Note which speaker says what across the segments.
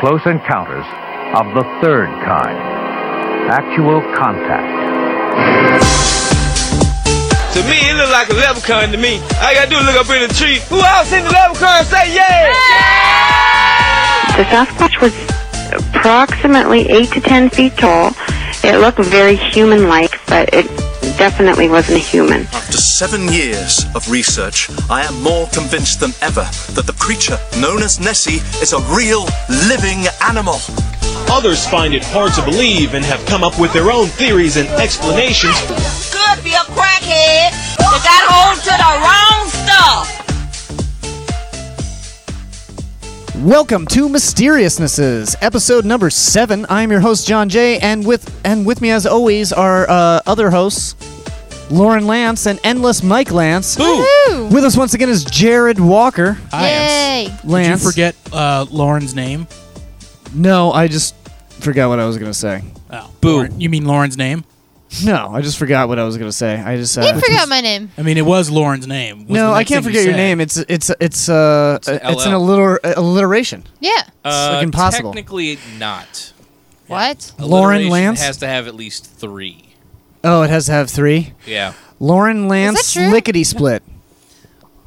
Speaker 1: Close Encounters of the Third Kind Actual Contact.
Speaker 2: To me, it look like a leprechaun to me. All I gotta do is look up in the tree. Who else in the leprechaun? Say yeah!
Speaker 3: The Sasquatch was approximately 8 to 10 feet tall. It looked very human like, but it definitely wasn't human.
Speaker 4: After seven years of research, I am more convinced than ever that the creature known as Nessie is a real living animal.
Speaker 5: Others find it hard to believe and have come up with their own theories and explanations.
Speaker 6: could be a crackhead that got hold to the wrong stuff.
Speaker 7: Welcome to Mysteriousnesses, episode number seven. I'm your host John Jay, and with and with me as always are uh, other hosts, Lauren Lance and Endless Mike Lance. With us once again is Jared Walker.
Speaker 8: Yay!
Speaker 7: Lance,
Speaker 9: Did you forget uh, Lauren's name?
Speaker 7: No, I just forgot what I was gonna say.
Speaker 9: Oh, Boo. you mean Lauren's name?
Speaker 7: No, I just forgot what I was gonna say. I just uh,
Speaker 8: You forgot my name.
Speaker 9: I mean, it was Lauren's name. was
Speaker 7: No,
Speaker 9: the
Speaker 7: I
Speaker 9: next
Speaker 7: can't
Speaker 9: thing
Speaker 7: forget
Speaker 9: you
Speaker 7: your
Speaker 9: said.
Speaker 7: name. It's it's it's uh it's, an alliter- alliteration.
Speaker 8: Yeah.
Speaker 10: Uh,
Speaker 7: like impossible.
Speaker 10: Technically, not.
Speaker 8: What?
Speaker 7: Lauren
Speaker 10: Alliteration
Speaker 7: Lance?
Speaker 10: has to have at least three.
Speaker 7: Oh, it has to have three.
Speaker 10: Yeah,
Speaker 7: Lauren Lance
Speaker 8: true?
Speaker 7: Lickety Split.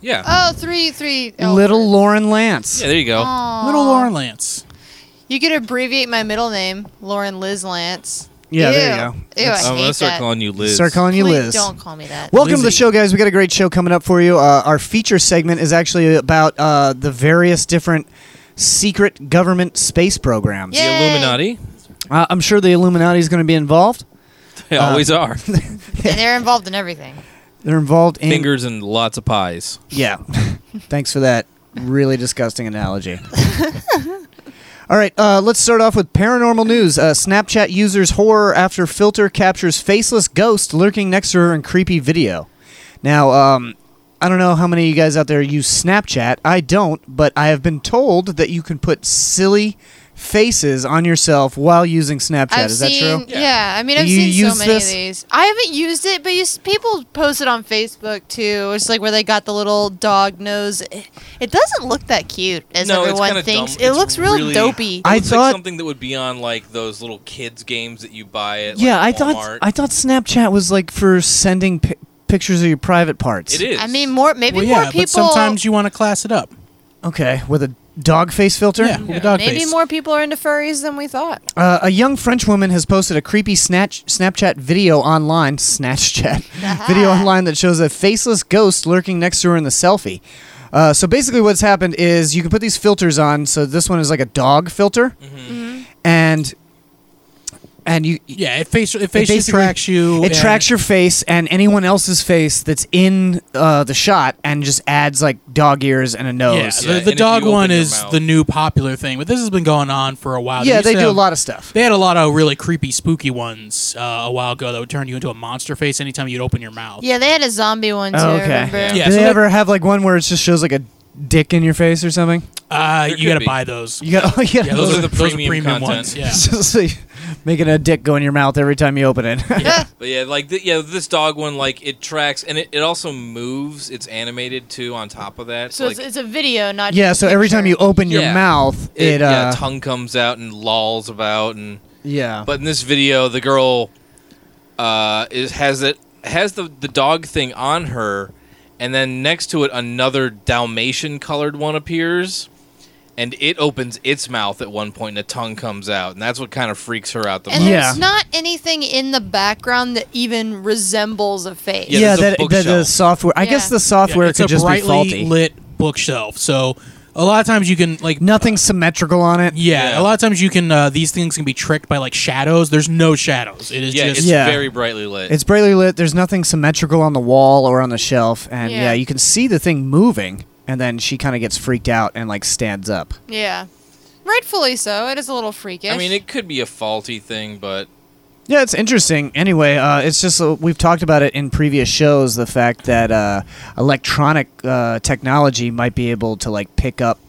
Speaker 10: yeah,
Speaker 8: Oh, three, three. oh.
Speaker 7: Little Lauren Lance.
Speaker 10: yeah. There you go. Um,
Speaker 8: Aw.
Speaker 9: Little Lauren Lance.
Speaker 8: You could abbreviate my middle name, Lauren Liz Lance.
Speaker 7: Yeah,
Speaker 8: Ew.
Speaker 7: there you go.
Speaker 8: Ew, I
Speaker 10: I'm
Speaker 8: hate
Speaker 10: gonna start
Speaker 8: that.
Speaker 10: calling you Liz.
Speaker 7: Start calling you
Speaker 8: Please
Speaker 7: Liz.
Speaker 8: Don't call me that.
Speaker 7: Welcome to the
Speaker 9: Lizzie.
Speaker 7: show, guys. We got a great show coming up for you. Uh, our feature segment is actually about uh, the various different secret government space programs.
Speaker 10: the
Speaker 8: Yay.
Speaker 10: Illuminati.
Speaker 7: Uh, I'm sure the Illuminati is going to be involved.
Speaker 10: They
Speaker 7: Uh,
Speaker 10: always are.
Speaker 8: And they're involved in everything.
Speaker 7: They're involved in.
Speaker 10: Fingers and lots of pies.
Speaker 7: Yeah. Thanks for that really disgusting analogy. All right, uh, let's start off with paranormal news. Uh, Snapchat user's horror after filter captures faceless ghost lurking next to her in creepy video. Now, um, I don't know how many of you guys out there use Snapchat. I don't, but I have been told that you can put silly faces on yourself while using Snapchat.
Speaker 8: I've
Speaker 7: Is that
Speaker 8: seen,
Speaker 7: true?
Speaker 8: Yeah. I mean,
Speaker 7: Do
Speaker 8: I've
Speaker 7: you
Speaker 8: seen
Speaker 7: use
Speaker 8: so many
Speaker 7: this?
Speaker 8: of these. I haven't used it, but you, s- people post it on Facebook too. It's like where they got the little dog nose. It, it doesn't look that cute as
Speaker 10: No, it's
Speaker 8: everyone
Speaker 10: kinda
Speaker 8: thinks.
Speaker 10: dumb.
Speaker 8: It
Speaker 10: It's
Speaker 8: looks real
Speaker 10: really-
Speaker 8: dopey.
Speaker 10: I
Speaker 7: I
Speaker 10: it's
Speaker 7: thought-
Speaker 10: like something that would be on like those little kids games that you buy at.
Speaker 7: Yeah, I
Speaker 10: like,
Speaker 7: thought
Speaker 10: Walmart.
Speaker 7: I thought Snapchat was like for sending pi- pictures of your private parts.
Speaker 10: it is.
Speaker 8: I mean, more maybe
Speaker 9: Well, yeah,
Speaker 8: more people.
Speaker 9: but sometimes you want to class it up.
Speaker 7: Okay, with a dog face filter?
Speaker 9: Yeah, with a dog
Speaker 8: maybe
Speaker 9: face.
Speaker 8: more people are into furries than we thought.
Speaker 7: Uh, a young French woman has posted a creepy snatch, Snapchat video online, Snapchat video online that shows a faceless ghost lurking next to her in the selfie. Uh, so basically, what's happened is you can put these filters on. So this one is like a dog filter,
Speaker 9: Mm-hmm.
Speaker 7: and and you
Speaker 9: Yeah, it face it facially
Speaker 7: basically-
Speaker 9: tracks you.
Speaker 7: It tracks your face and anyone else's face that's in uh, the shot, and just adds like dog ears and a
Speaker 9: Yeah,
Speaker 7: nose.
Speaker 9: the,
Speaker 10: Yeah,
Speaker 9: the
Speaker 10: and if
Speaker 9: dog
Speaker 10: you open
Speaker 9: one
Speaker 10: your
Speaker 9: is
Speaker 10: mouth-
Speaker 9: the new popular thing, but this has been going on for a while.
Speaker 7: yeah,
Speaker 9: used
Speaker 7: they
Speaker 9: to
Speaker 7: do a
Speaker 9: have-
Speaker 7: lot of stuff.
Speaker 9: They had a lot of really creepy, spooky ones uh, a while ago that would turn you into a monster face anytime you'd open your mouth.
Speaker 8: Yeah, they had a zombie one too.
Speaker 7: Oh, okay.
Speaker 8: Remember?
Speaker 10: Yeah.
Speaker 9: Yeah,
Speaker 7: do
Speaker 9: so
Speaker 7: they
Speaker 9: that-
Speaker 7: ever have like one where it just shows like a dick in your face or something?
Speaker 9: uh,
Speaker 10: There
Speaker 9: you
Speaker 10: could
Speaker 9: got to
Speaker 10: be.
Speaker 9: buy those.
Speaker 7: You got, oh, yeah,
Speaker 9: Yeah, those, are the
Speaker 10: those are
Speaker 9: premium,
Speaker 10: premium
Speaker 9: ones.
Speaker 10: content.
Speaker 9: Yeah.
Speaker 7: Just like making a dick go in your mouth every time you open it.
Speaker 10: But yeah, like th- yeah, this dog one, like it tracks and it, it also moves. It's animated too. On top of that,
Speaker 8: So
Speaker 10: like,
Speaker 8: it's, it's a video, not
Speaker 7: yeah,
Speaker 8: just
Speaker 7: so
Speaker 8: a
Speaker 7: every time you
Speaker 8: picture.
Speaker 7: open your
Speaker 10: Yeah.
Speaker 7: mouth, it,
Speaker 10: it, yeah,
Speaker 7: uh,
Speaker 10: tongue comes out and lolls about and.
Speaker 7: yeah.
Speaker 10: But in this video, the girl uh, is has it has the the dog thing on her, and then next to it another Dalmatian colored one appears, and it opens its mouth at one point and a tongue comes out, and that's what kind of freaks her out the
Speaker 8: And
Speaker 10: most.
Speaker 7: Yeah.
Speaker 8: there's not anything in the background that even resembles a face.
Speaker 10: Yeah,
Speaker 7: yeah,
Speaker 10: there's a
Speaker 7: that, that the
Speaker 10: bookshelf.
Speaker 7: software. I guess
Speaker 8: Yeah.
Speaker 7: the software
Speaker 9: it's
Speaker 7: could
Speaker 9: a
Speaker 7: just be
Speaker 9: brightly
Speaker 7: faulty.
Speaker 9: lit bookshelf. So a lot of times you can like
Speaker 7: Nothing symmetrical on it.
Speaker 9: yeah,
Speaker 10: Yeah.
Speaker 9: a lot of times you can uh, these things can be tricked by like shadows. There's no shadows. It is
Speaker 10: Yeah,
Speaker 9: just
Speaker 10: it's
Speaker 7: Yeah.
Speaker 10: very brightly lit.
Speaker 7: It's brightly lit. There's nothing symmetrical on the wall or on the shelf, and yeah,
Speaker 8: Yeah.
Speaker 7: you can see the thing moving, and then she kind of gets freaked out and like stands up.
Speaker 8: Yeah. Rightfully so. It is a little freakish.
Speaker 10: I mean, it could be a faulty thing, but
Speaker 7: Yeah, it's interesting. Anyway, uh, it's just uh, we've talked about it in previous shows the fact that uh, electronic uh, technology might be able to like pick up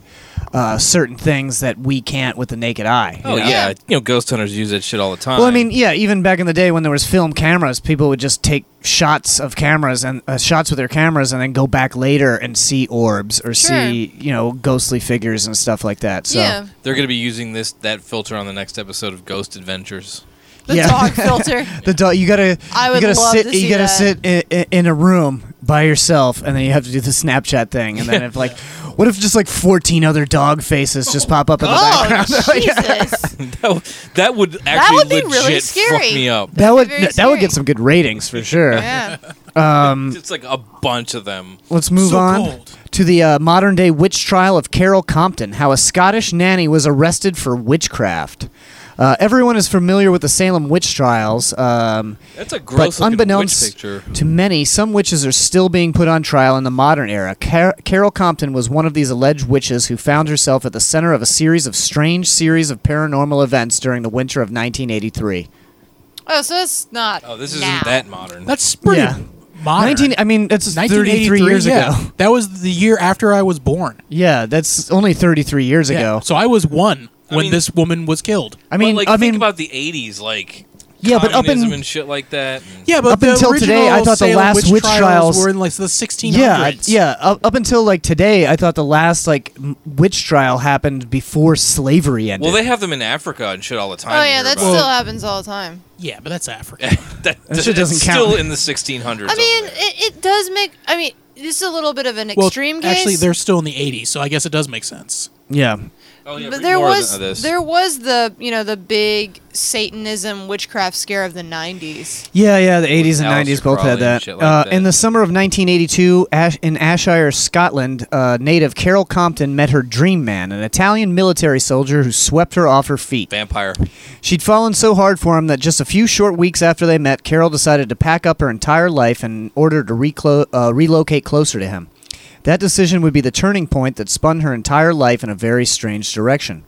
Speaker 7: uh, certain things that we can't with the naked eye. you
Speaker 10: Oh
Speaker 7: know?
Speaker 10: yeah, you know ghost hunters use that shit all the time.
Speaker 7: Well, I mean, yeah, even back in the day when there was film cameras, people would just take shots of cameras and uh, shots with their cameras, and then go back later and see orbs or see you know ghostly figures and stuff like that. So
Speaker 10: they're going to be using this that filter on the next episode of Ghost Adventures.
Speaker 9: The
Speaker 7: Yeah.
Speaker 9: dog filter.
Speaker 7: the dog, you gotta,
Speaker 9: I would
Speaker 7: you gotta
Speaker 9: love
Speaker 7: sit,
Speaker 9: to
Speaker 7: you
Speaker 9: see
Speaker 7: gotta
Speaker 9: that.
Speaker 7: sit in, in a room by yourself, and then you have to do the Snapchat thing, and then if like, what if just like fourteen other dog faces just pop up in the
Speaker 9: Oh,
Speaker 7: background?
Speaker 9: Jesus.
Speaker 10: that, w- that would actually
Speaker 9: would be
Speaker 10: legit
Speaker 9: really scary.
Speaker 10: fuck me up.
Speaker 7: That would
Speaker 9: Oh, very
Speaker 7: that would get some good ratings for sure.
Speaker 9: Yeah.
Speaker 7: Um,
Speaker 10: It's like a bunch of them.
Speaker 7: Let's move
Speaker 5: So
Speaker 7: on
Speaker 5: cold.
Speaker 7: to the uh, modern day witch trial of Carol Compton, how a Scottish nanny was arrested for witchcraft. Uh, everyone is familiar with the Salem witch trials, um,
Speaker 10: That's a gross
Speaker 7: but
Speaker 10: looking
Speaker 7: unbeknownst
Speaker 10: witch picture.
Speaker 7: to many, some witches are still being put on trial in the modern era. Car- Carol Compton was one of these alleged witches who found herself at the center of a series of strange series of paranormal events during the winter of 1983.
Speaker 9: Oh, so that's not.
Speaker 10: Oh, this
Speaker 9: now.
Speaker 10: isn't that modern.
Speaker 5: That's pretty
Speaker 7: Yeah.
Speaker 5: modern.
Speaker 7: 19, I mean, that's 33
Speaker 5: 1983,
Speaker 7: years
Speaker 5: yeah.
Speaker 7: ago.
Speaker 5: That was the year after I was born.
Speaker 7: Yeah, that's only 33 years
Speaker 5: Yeah.
Speaker 7: ago.
Speaker 5: So I was one when
Speaker 10: mean-
Speaker 5: this woman was killed.
Speaker 7: I mean,
Speaker 10: But, like
Speaker 7: I
Speaker 10: think
Speaker 7: mean,
Speaker 10: about the '80s, like
Speaker 7: yeah, but up
Speaker 10: communism
Speaker 7: in
Speaker 10: and shit like that. and-
Speaker 5: Yeah, but
Speaker 7: Up until today, I thought the last witch trials-
Speaker 5: were in like the 1600s.
Speaker 7: Yeah, I- yeah. Up, up until like today, I thought the last like m- witch trial happened before slavery ended.
Speaker 10: Well, they have them in Africa and shit all the time.
Speaker 9: Oh
Speaker 10: you
Speaker 9: yeah,
Speaker 10: hear
Speaker 9: that
Speaker 10: about
Speaker 9: still happens all the time.
Speaker 5: yeah, but that's Africa.
Speaker 10: it. that,
Speaker 7: That shit
Speaker 10: that's
Speaker 7: doesn't
Speaker 10: still
Speaker 7: count.
Speaker 10: in the 1600s.
Speaker 9: I mean,
Speaker 10: over there.
Speaker 9: it, it does make. I mean, this is a little bit of an
Speaker 5: well,
Speaker 9: extreme case.
Speaker 5: actually, they're still in the 80s, so I guess it does make sense.
Speaker 7: yeah,
Speaker 10: oh, yeah,
Speaker 9: but
Speaker 10: read
Speaker 9: there
Speaker 10: more of
Speaker 9: was
Speaker 10: this.
Speaker 9: there was the you know the big Satanism witchcraft scare of the '90s.
Speaker 7: yeah, yeah. The eighties and
Speaker 10: Aleister
Speaker 7: nineties both
Speaker 10: Crowley
Speaker 7: had
Speaker 10: and
Speaker 7: that.
Speaker 10: shit like
Speaker 7: uh,
Speaker 10: that.
Speaker 7: In the summer of 1982, Ash- in Ashire, Scotland, uh, native Carol Compton met her dream man, an Italian military soldier who swept her off her feet.
Speaker 10: vampire.
Speaker 7: She'd fallen so hard for him that just a few short weeks after they met, Carol decided to pack up her entire life in order to reclo- uh, relocate closer to him. That decision would be the turning point that spun her entire life in a very strange direction.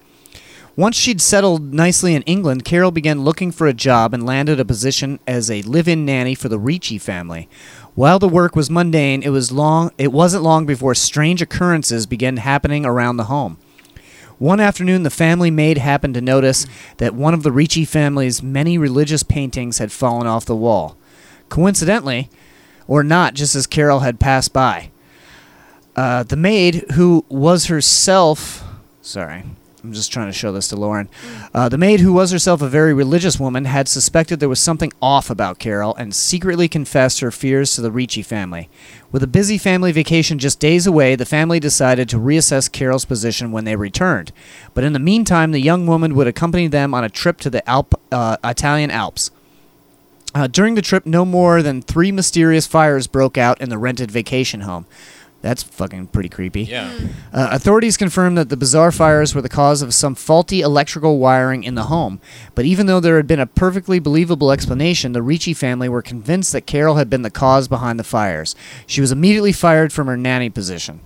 Speaker 7: Once she'd settled nicely in England, Carol began looking for a job and landed a position as a live-in nanny for the Ricci family. While the work was mundane, it was long it wasn't long before strange occurrences began happening around the home. One afternoon, the family maid happened to notice that one of the Ricci family's many religious paintings had fallen off the wall. Coincidentally, or not, just as Carol had passed by. Uh, the maid, who was herself. Sorry, I'm just trying to show this to Lauren. Uh, the maid, who was herself a very religious woman, had suspected there was something off about Carol and secretly confessed her fears to the Ricci family. With a busy family vacation just days away, the family decided to reassess Carol's position when they returned. But in the meantime, the young woman would accompany them on a trip to the Alp, uh, Italian Alps. Uh, during the trip, no more than three mysterious fires broke out in the rented vacation home. That's fucking pretty creepy.
Speaker 10: Yeah.
Speaker 9: Hmm.
Speaker 7: Uh, authorities confirmed that the bizarre fires were the cause of some faulty electrical wiring in the home. But even though there had been a perfectly believable explanation, the Ricci family were convinced that Carol had been the cause behind the fires. She was immediately fired from her nanny position.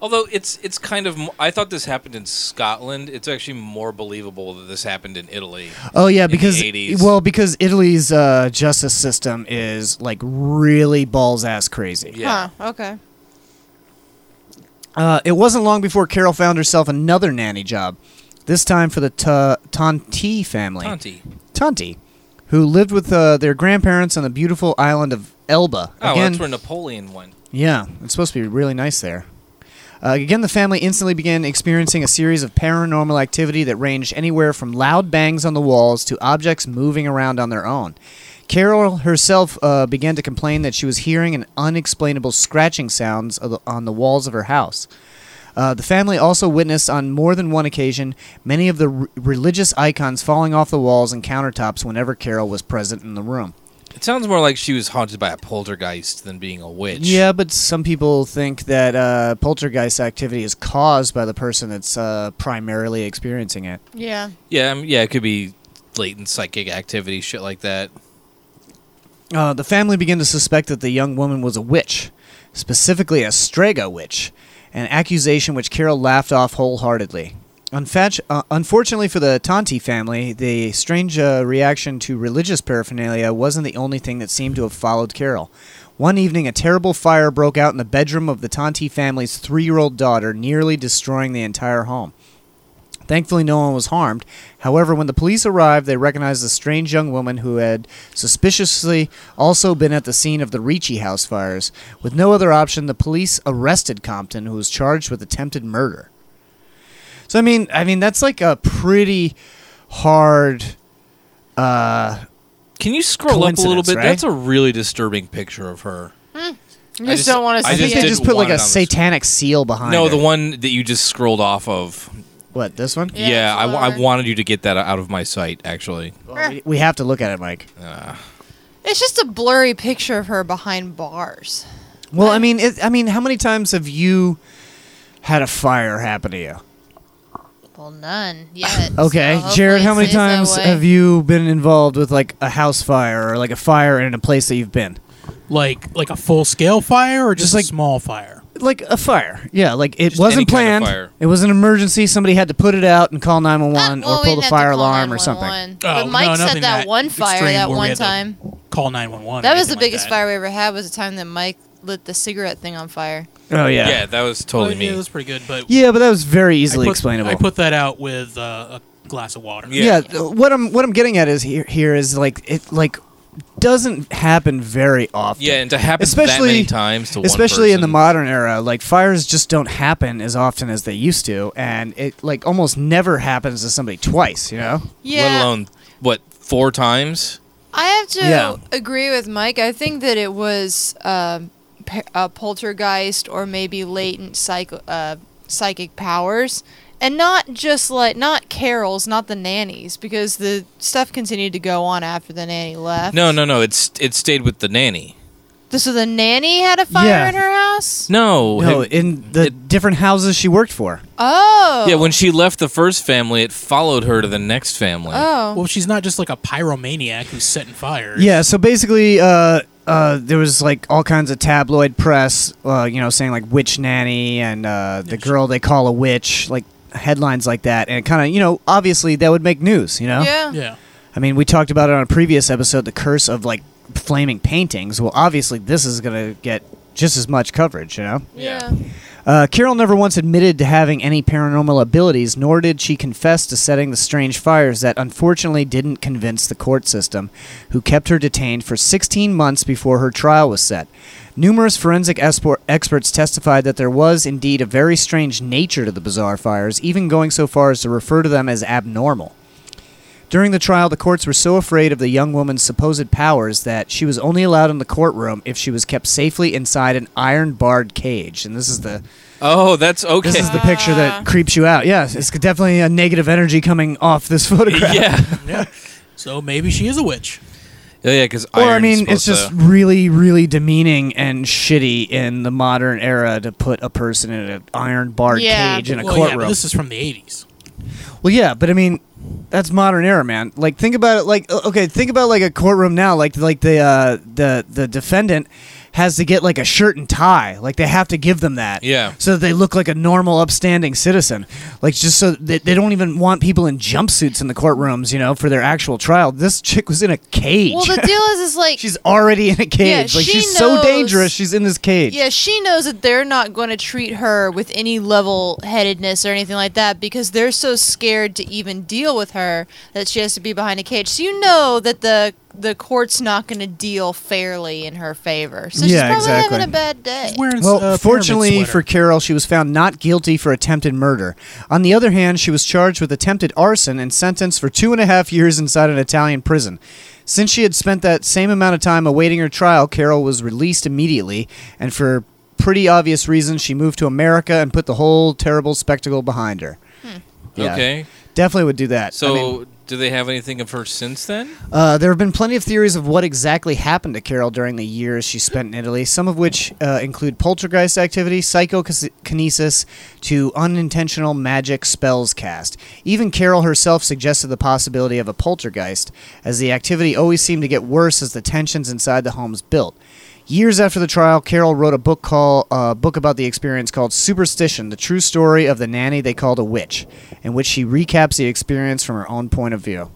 Speaker 10: Although it's it's kind of mo- I thought this happened in Scotland. It's actually more believable that this happened in Italy.
Speaker 7: Oh yeah,
Speaker 10: in the
Speaker 7: because
Speaker 10: 80s.
Speaker 7: well, because Italy's uh, justice system is like really balls ass crazy.
Speaker 10: yeah.
Speaker 9: Huh, okay.
Speaker 7: Uh, it wasn't long before Carol found herself another nanny job, this time for the Ta Tonti family.
Speaker 10: Tonti.
Speaker 7: Tonti, who lived with uh, their grandparents on the beautiful island of Elba.
Speaker 10: Oh,
Speaker 7: Again-
Speaker 10: that's where Napoleon went.
Speaker 7: yeah, it's supposed to be really nice there. Uh, again, the family instantly began experiencing a series of paranormal activity that ranged anywhere from loud bangs on the walls to objects moving around on their own. Carol herself uh, began to complain that she was hearing an unexplainable scratching sounds of the- on the walls of her house. Uh, the family also witnessed on more than one occasion many of the r- religious icons falling off the walls and countertops whenever Carol was present in the room.
Speaker 10: It sounds more like she was haunted by a poltergeist than being a witch.
Speaker 7: Yeah, but some people think that uh, poltergeist activity is caused by the person that's uh, primarily experiencing it.
Speaker 9: Yeah.
Speaker 10: Yeah, um, yeah, it could be latent psychic activity, shit like that.
Speaker 7: Uh, the family began to suspect that the young woman was a witch, specifically a Strega witch, an accusation which Carol laughed off wholeheartedly. Unfat- uh, unfortunately for the Tonti family, the strange uh, reaction to religious paraphernalia wasn't the only thing that seemed to have followed Carol. One evening, a terrible fire broke out in the bedroom of the Tonti family's three year old daughter, nearly destroying the entire home. Thankfully, no one was harmed. However, when the police arrived, they recognized a strange young woman who had suspiciously also been at the scene of the Ricci house fires. With no other option, the police arrested Compton, who was charged with attempted murder. So I mean, I mean that's like a pretty hard. Uh,
Speaker 10: Can you scroll up a little
Speaker 7: coincidence,
Speaker 10: bit?
Speaker 7: right?
Speaker 10: That's a really disturbing picture of her.
Speaker 9: You
Speaker 10: I
Speaker 9: just,
Speaker 10: just-
Speaker 9: don't want to
Speaker 10: I
Speaker 9: see
Speaker 7: I think
Speaker 10: just
Speaker 7: they
Speaker 10: did
Speaker 7: just put
Speaker 10: one
Speaker 7: like a
Speaker 10: on the-
Speaker 7: satanic seal behind.
Speaker 10: No,
Speaker 7: her.
Speaker 10: the one that you just scrolled off of.
Speaker 7: What this one?
Speaker 10: Yeah, I, w- I wanted you to get that out of my sight, actually.
Speaker 7: We- We have to look at it, Mike.
Speaker 9: It's just a blurry picture of her behind bars.
Speaker 7: Well, I mean, it, I mean, how many times have you had a fire happen to you?
Speaker 9: Well, none yet.
Speaker 7: Okay,
Speaker 9: so
Speaker 7: Jared, how many
Speaker 9: hopefully it stays that
Speaker 7: times
Speaker 9: way.
Speaker 7: have you been involved with like a house fire or like a fire in a place that you've been?
Speaker 5: Like like a full scale fire or just,
Speaker 7: like-
Speaker 5: a small fire?
Speaker 7: Like a fire, yeah. Like it
Speaker 10: Just any kind
Speaker 7: wasn't planned.
Speaker 10: of fire.
Speaker 7: It was an emergency. Somebody had to put it out and call nine one
Speaker 9: Uh,
Speaker 7: one
Speaker 9: well,
Speaker 7: or
Speaker 9: we
Speaker 7: pull the
Speaker 9: didn't have to
Speaker 7: fire
Speaker 9: call
Speaker 7: alarm or something.
Speaker 9: 911.
Speaker 10: Uh,
Speaker 5: Oh,
Speaker 9: but Mike
Speaker 5: no,
Speaker 9: said
Speaker 5: nothing
Speaker 9: that,
Speaker 5: that
Speaker 9: one fire
Speaker 5: extreme
Speaker 9: that
Speaker 5: where we
Speaker 9: one
Speaker 5: had to-
Speaker 9: time.
Speaker 5: Call nine one one.
Speaker 9: That was the biggest fire we ever had. Was the time that Mike lit the cigarette thing on fire.
Speaker 7: Oh yeah.
Speaker 10: Yeah,
Speaker 7: yeah,
Speaker 10: that was totally
Speaker 5: Yeah,
Speaker 10: me.
Speaker 5: that's pretty good, but
Speaker 7: but that was very
Speaker 5: I
Speaker 7: easily
Speaker 5: put-
Speaker 7: explainable.
Speaker 5: I put that out with uh, a glass of water.
Speaker 10: Yeah.
Speaker 7: yeah. th- what I'm what I'm getting at is here here is like it like doesn't happen very often.
Speaker 10: Yeah, and to happen that
Speaker 7: Especially-
Speaker 10: many times to one
Speaker 7: especially in the
Speaker 10: person.
Speaker 7: modern era like fires just don't happen as often as they used to and it like almost never happens to somebody twice you know
Speaker 9: Yeah.
Speaker 10: let alone what four times.
Speaker 9: I have to
Speaker 7: Yeah.
Speaker 9: agree with Mike. I think that it was um, pa- a poltergeist or maybe latent psych- uh, psychic powers, and not just like not Carol's, not the nannies, because the stuff continued to go on after the nanny left.
Speaker 10: No, no, no. It's it stayed with the nanny.
Speaker 9: So the nanny had a fire
Speaker 7: Yeah.
Speaker 9: in her house.
Speaker 10: No,
Speaker 7: no
Speaker 10: it-
Speaker 7: in the different houses she worked for
Speaker 9: Oh.
Speaker 10: yeah. When she left the first family, it followed her to the next family.
Speaker 9: Oh.
Speaker 5: Well, she's not just like a pyromaniac who's setting fires.
Speaker 7: yeah so basically uh uh, there was like all kinds of tabloid press, uh, you know, saying like witch nanny and uh, the girl they call a witch, like headlines like that, and it kind of, you know, obviously that would make news, you know.
Speaker 9: Yeah.
Speaker 5: Yeah.
Speaker 7: I mean, we talked about it on a previous episode, the curse of like flaming paintings. Well, obviously this is gonna get just as much coverage, you know.
Speaker 9: Yeah.
Speaker 7: Uh, Carol never once admitted to having any paranormal abilities, nor did she confess to setting the strange fires that unfortunately didn't convince the court system, who kept her detained for 16 months before her trial was set. Numerous forensic espor- experts testified that there was indeed a very strange nature to the bizarre fires, even going so far as to refer to them as abnormal. During the trial, the courts were so afraid of the young woman's supposed powers that she was only allowed in the courtroom if she was kept safely inside an iron barred cage. And this is the
Speaker 10: Oh, that's okay.
Speaker 7: this is the picture that creeps you out. Yeah, it's definitely a negative energy coming off this photograph.
Speaker 10: yeah,
Speaker 5: yeah. So maybe she is a witch.
Speaker 10: yeah, yeah. Because
Speaker 7: Or I mean, it's just really, really demeaning and shitty in the modern era to put a person in an iron barred
Speaker 9: Yeah.
Speaker 7: cage in a
Speaker 5: well, yeah,
Speaker 7: courtroom.
Speaker 5: but this is from the '80s.
Speaker 7: Well, yeah, but I mean, that's modern era, man. Like, think about it. Like, o- okay, think about like a courtroom now. Like, like the uh, the the defendant has to get like a shirt and tie. Like, they have to give them that.
Speaker 10: Yeah.
Speaker 7: So that they look like a normal, upstanding citizen. Like, just so that they don't even want people in jumpsuits in the courtrooms, you know, for their actual trial. This chick was in a cage.
Speaker 9: Well, the deal is, is like
Speaker 7: she's already in a cage. like,
Speaker 9: she
Speaker 7: she's so
Speaker 9: knows-
Speaker 7: dangerous. She's in this cage.
Speaker 9: Yeah, she knows that they're not going to treat her with any level headedness or anything like that because they're so scared to even deal with her that she has to be behind a cage. So you know that the the court's not going to deal fairly in her favor. So she's
Speaker 7: Yeah,
Speaker 9: probably
Speaker 7: exactly.
Speaker 9: having a bad day.
Speaker 5: She's wearing a
Speaker 7: Well,
Speaker 5: pyramid
Speaker 7: fortunately
Speaker 5: sweater.
Speaker 7: for Carol, she was found not guilty for attempted murder. On the other hand, she was charged with attempted arson and sentenced for two and a half years inside an Italian prison. Since she had spent that same amount of time awaiting her trial, Carol was released immediately, and for pretty obvious reasons, she moved to America and put the whole terrible spectacle behind her. Yeah.
Speaker 10: okay.
Speaker 7: Definitely would do that. I
Speaker 10: So,
Speaker 7: mean-
Speaker 10: do they have anything of her since then?
Speaker 7: uh, there have been plenty of theories of what exactly happened to Carol during the years she spent in Italy, some of which uh, include poltergeist activity, psychokinesis, to unintentional magic spells cast. Even Carol herself suggested the possibility of a poltergeist, as the activity always seemed to get worse as the tensions inside the homes built. Years after the trial, Carol wrote a book call uh, book about the experience called "Superstition: The True Story of the Nanny They Called a Witch," in which she recaps the experience from her own point of view.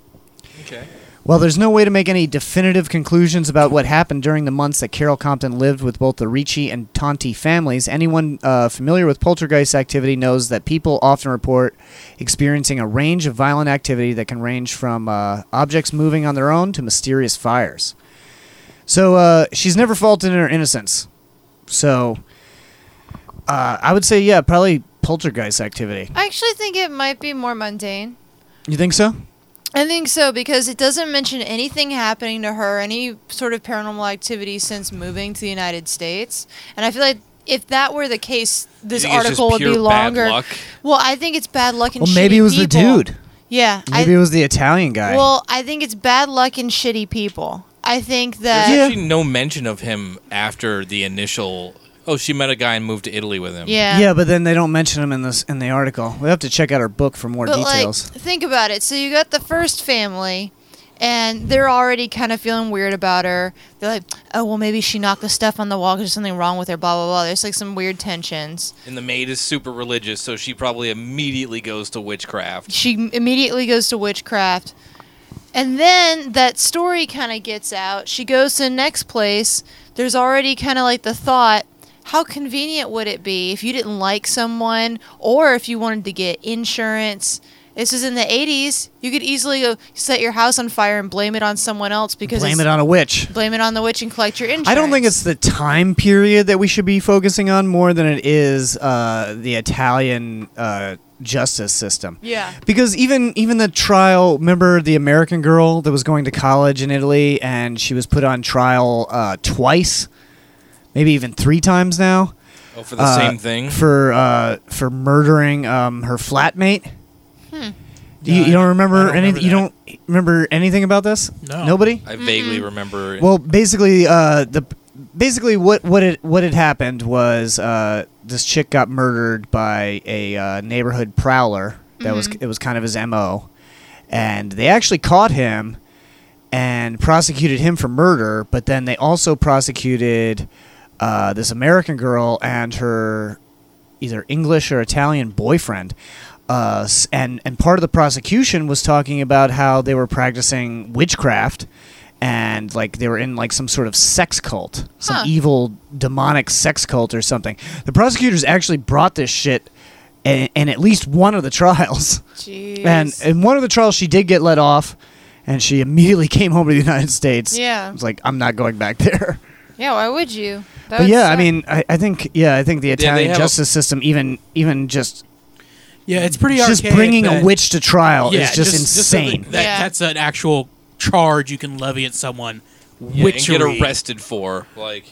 Speaker 7: While there's no way to make any definitive conclusions about what happened during the months that Carol Compton lived with both the Ricci and Tonti families, anyone uh, familiar with poltergeist activity knows that people often report experiencing a range of violent activity that can range from uh, objects moving on their own to mysterious fires. So uh, she's never faulted in her innocence. So uh, I would say, yeah, probably poltergeist activity.
Speaker 9: I actually think it might be more mundane.
Speaker 7: You think so?
Speaker 9: I think so because it doesn't mention anything happening to her, any sort of paranormal activity since moving to the United States. And I feel like if that were the case, this
Speaker 10: think it's just
Speaker 9: article would be
Speaker 10: pure bad
Speaker 9: longer.
Speaker 10: luck?
Speaker 9: Well, I think it's bad luck and
Speaker 7: well, maybe
Speaker 9: shitty
Speaker 7: it was the
Speaker 9: people.
Speaker 7: dude.
Speaker 9: Yeah, I-
Speaker 7: Maybe it was the Italian guy.
Speaker 9: Well, I think it's bad luck and shitty people. I think that
Speaker 10: There's actually no mention of him after the initial. Oh, she met a guy and moved to Italy with him.
Speaker 9: Yeah.
Speaker 7: Yeah, but then they don't mention him in this in the article. We have to check out her book for more
Speaker 9: but
Speaker 7: details.
Speaker 9: like think about it. So you got the first family and they're already kind of feeling weird about her. They're like, "Oh, well maybe she knocked the stuff on the wall cuz something wrong with her, blah blah blah." There's like some weird tensions.
Speaker 10: And the maid is super religious, so she probably immediately goes to witchcraft.
Speaker 9: She m- immediately goes to witchcraft. And then that story kind of gets out. She goes to the next place. There's already kind of like the thought how convenient would it be if you didn't like someone or if you wanted to get insurance? This is in the 80s. You could easily go set your house on fire and blame it on someone else because
Speaker 7: Blame
Speaker 9: it's-
Speaker 7: it on a witch.
Speaker 9: blame it on the witch and collect your insurance.
Speaker 7: I don't think it's the time period that we should be focusing on more than it is uh, the Italian uh, justice system.
Speaker 9: Yeah.
Speaker 7: Because even even the trial, remember the American girl that was going to college in Italy and she was put on trial uh, twice, maybe even three times now.
Speaker 10: Oh, for the
Speaker 7: uh,
Speaker 10: same thing.
Speaker 7: for uh, for murdering um, her flatmate. Do You, you don't remember
Speaker 5: don't
Speaker 7: any?
Speaker 5: remember
Speaker 7: you don't remember anything about this?
Speaker 5: No.
Speaker 7: Nobody.
Speaker 10: I vaguely remember.
Speaker 7: Well, basically, uh, the basically what what it what had happened was uh, this chick got murdered by a uh, neighborhood prowler. That was it was kind of his mo, and they actually caught him and prosecuted him for murder. But then they also prosecuted uh, this American girl and her either English or Italian boyfriend. Uh, s- and and part of the prosecution was talking about how they were practicing witchcraft, and like they were in like some sort of sex cult, some
Speaker 9: Huh.
Speaker 7: evil demonic sex cult or something. The prosecutors actually brought this shit in, in at least one of the trials,
Speaker 9: Jeez.
Speaker 7: and in one of the trials she did get let off, and she immediately came home to the United States.
Speaker 9: Yeah.
Speaker 7: it's like I'm not going back there.
Speaker 9: yeah, why would you? That
Speaker 7: But
Speaker 9: would
Speaker 7: yeah, I
Speaker 9: suck.
Speaker 7: mean, I, I think yeah, I think the
Speaker 10: they
Speaker 7: Italian
Speaker 10: have a-
Speaker 7: justice system, even even just
Speaker 5: Yeah, it's pretty
Speaker 7: just
Speaker 5: archaic
Speaker 7: bringing a
Speaker 5: that-
Speaker 7: witch to trial
Speaker 5: yeah,
Speaker 7: is just,
Speaker 5: something
Speaker 7: insane.
Speaker 5: that,
Speaker 9: Yeah.
Speaker 5: That's an actual charge you can levy at someone.
Speaker 10: Yeah, and
Speaker 5: Witchery.
Speaker 10: get arrested for like,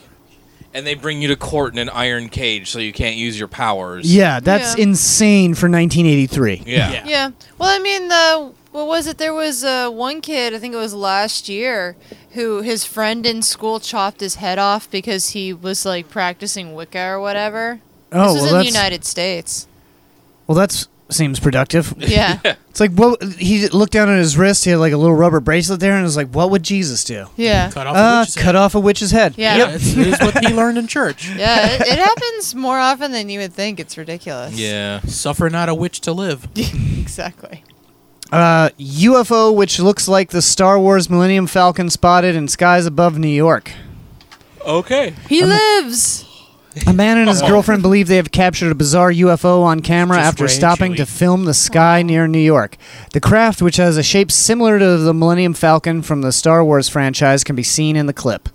Speaker 10: and they bring you to court in an iron cage, so you can't use your powers.
Speaker 7: yeah, that's
Speaker 9: Yeah.
Speaker 7: insane for 1983.
Speaker 10: Yeah.
Speaker 5: Yeah.
Speaker 9: Yeah. Well, I mean, the what was it? There was uh, one kid, I think it was last year, who his friend in school chopped his head off because he was like practicing Wicca or whatever.
Speaker 7: Oh,
Speaker 9: this
Speaker 7: well,
Speaker 9: was in
Speaker 7: that's-
Speaker 9: the United States.
Speaker 7: Well, that's seems productive.
Speaker 9: Yeah. yeah.
Speaker 7: It's like what he looked down at his wrist. He had like a little rubber bracelet there, and it was like, what would Jesus do?
Speaker 9: Yeah.
Speaker 5: Cut off. a
Speaker 7: Uh,
Speaker 5: witch's head.
Speaker 7: cut off a witch's head.
Speaker 9: Yeah.
Speaker 5: Yeah, it's, it's what he learned in church.
Speaker 9: it, it happens more often than you would think. It's ridiculous.
Speaker 10: Yeah.
Speaker 5: Suffer not a witch to live.
Speaker 9: Exactly.
Speaker 7: Uh, UFO, which looks like the Star Wars Millennium Falcon spotted in skies above New York.
Speaker 10: Okay.
Speaker 9: He lives.
Speaker 7: A man and his girlfriend believe they have captured a bizarre UFO on camera
Speaker 5: Just
Speaker 7: after
Speaker 5: way
Speaker 7: stopping
Speaker 5: chewy.
Speaker 7: to film the sky near New York. The craft, which has a shape similar to the Millennium Falcon from the Star Wars franchise, can be seen in the clip.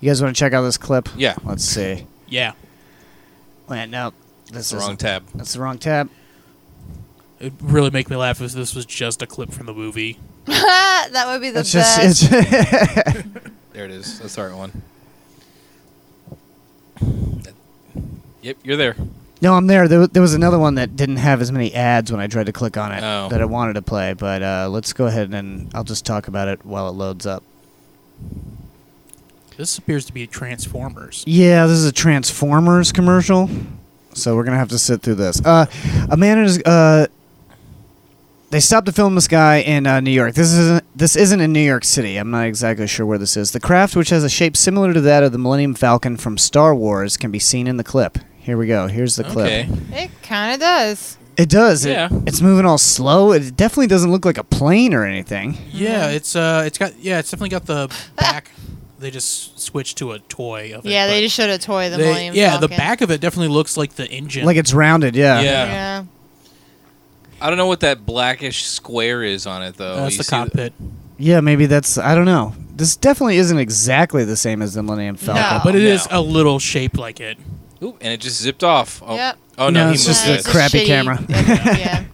Speaker 7: You guys want to check out this clip?
Speaker 10: Yeah.
Speaker 7: Let's see.
Speaker 5: Yeah.
Speaker 7: Wait, no, this
Speaker 10: It's the
Speaker 7: is
Speaker 10: wrong tab.
Speaker 7: That's the wrong tab.
Speaker 5: It'd really make me laugh if this was just a clip from the movie.
Speaker 9: that would be the
Speaker 7: It's
Speaker 9: best.
Speaker 7: just it's
Speaker 10: There it is. That's the right one. Yep, you're there.
Speaker 7: no, I'm there. there. There was another one that didn't have as many ads when I tried to click on it
Speaker 10: Oh.
Speaker 7: that I wanted to play, but uh, let's go ahead and I'll just talk about it while it loads up.
Speaker 5: This appears to be Transformers.
Speaker 7: Yeah, this is a Transformers commercial, so we're gonna have to sit through this. Uh, a man and his uh, they stopped to film this guy in uh, New York. This isn't this isn't in New York City. I'm not exactly sure where this is. The craft, which has a shape similar to that of the Millennium Falcon from Star Wars, can be seen in the clip. Here we go. Here's the clip.
Speaker 10: Okay.
Speaker 9: it kind of does.
Speaker 7: It does. It-
Speaker 5: Yeah.
Speaker 7: it's moving all slow. It definitely doesn't look like a plane or anything.
Speaker 5: Yeah, it's uh, it's got yeah, it's definitely got the back. they just switched to a toy of it.
Speaker 9: Yeah, they
Speaker 5: but
Speaker 9: just showed a toy of the
Speaker 5: they-
Speaker 9: Millennium
Speaker 5: yeah, the
Speaker 9: Falcon.
Speaker 5: back of it definitely looks like the engine.
Speaker 7: Like it's rounded. Yeah.
Speaker 10: Yeah.
Speaker 9: Yeah.
Speaker 10: I don't know what that blackish square is on it though.
Speaker 5: That's
Speaker 10: You
Speaker 5: the
Speaker 10: see th-
Speaker 5: cockpit.
Speaker 7: Yeah, Maybe that's. I don't know. This definitely isn't exactly the same as the Millennium Falcon.
Speaker 9: No.
Speaker 5: but it is
Speaker 10: No.
Speaker 5: a little shaped like it.
Speaker 10: Oh, Ooh, and it just zipped off. Oh,
Speaker 9: Yep.
Speaker 10: oh no, he
Speaker 7: it's
Speaker 10: moved
Speaker 7: just
Speaker 9: Uh,
Speaker 7: a
Speaker 10: it.
Speaker 9: it's a
Speaker 7: crappy
Speaker 9: shitty-
Speaker 7: camera.
Speaker 9: yeah.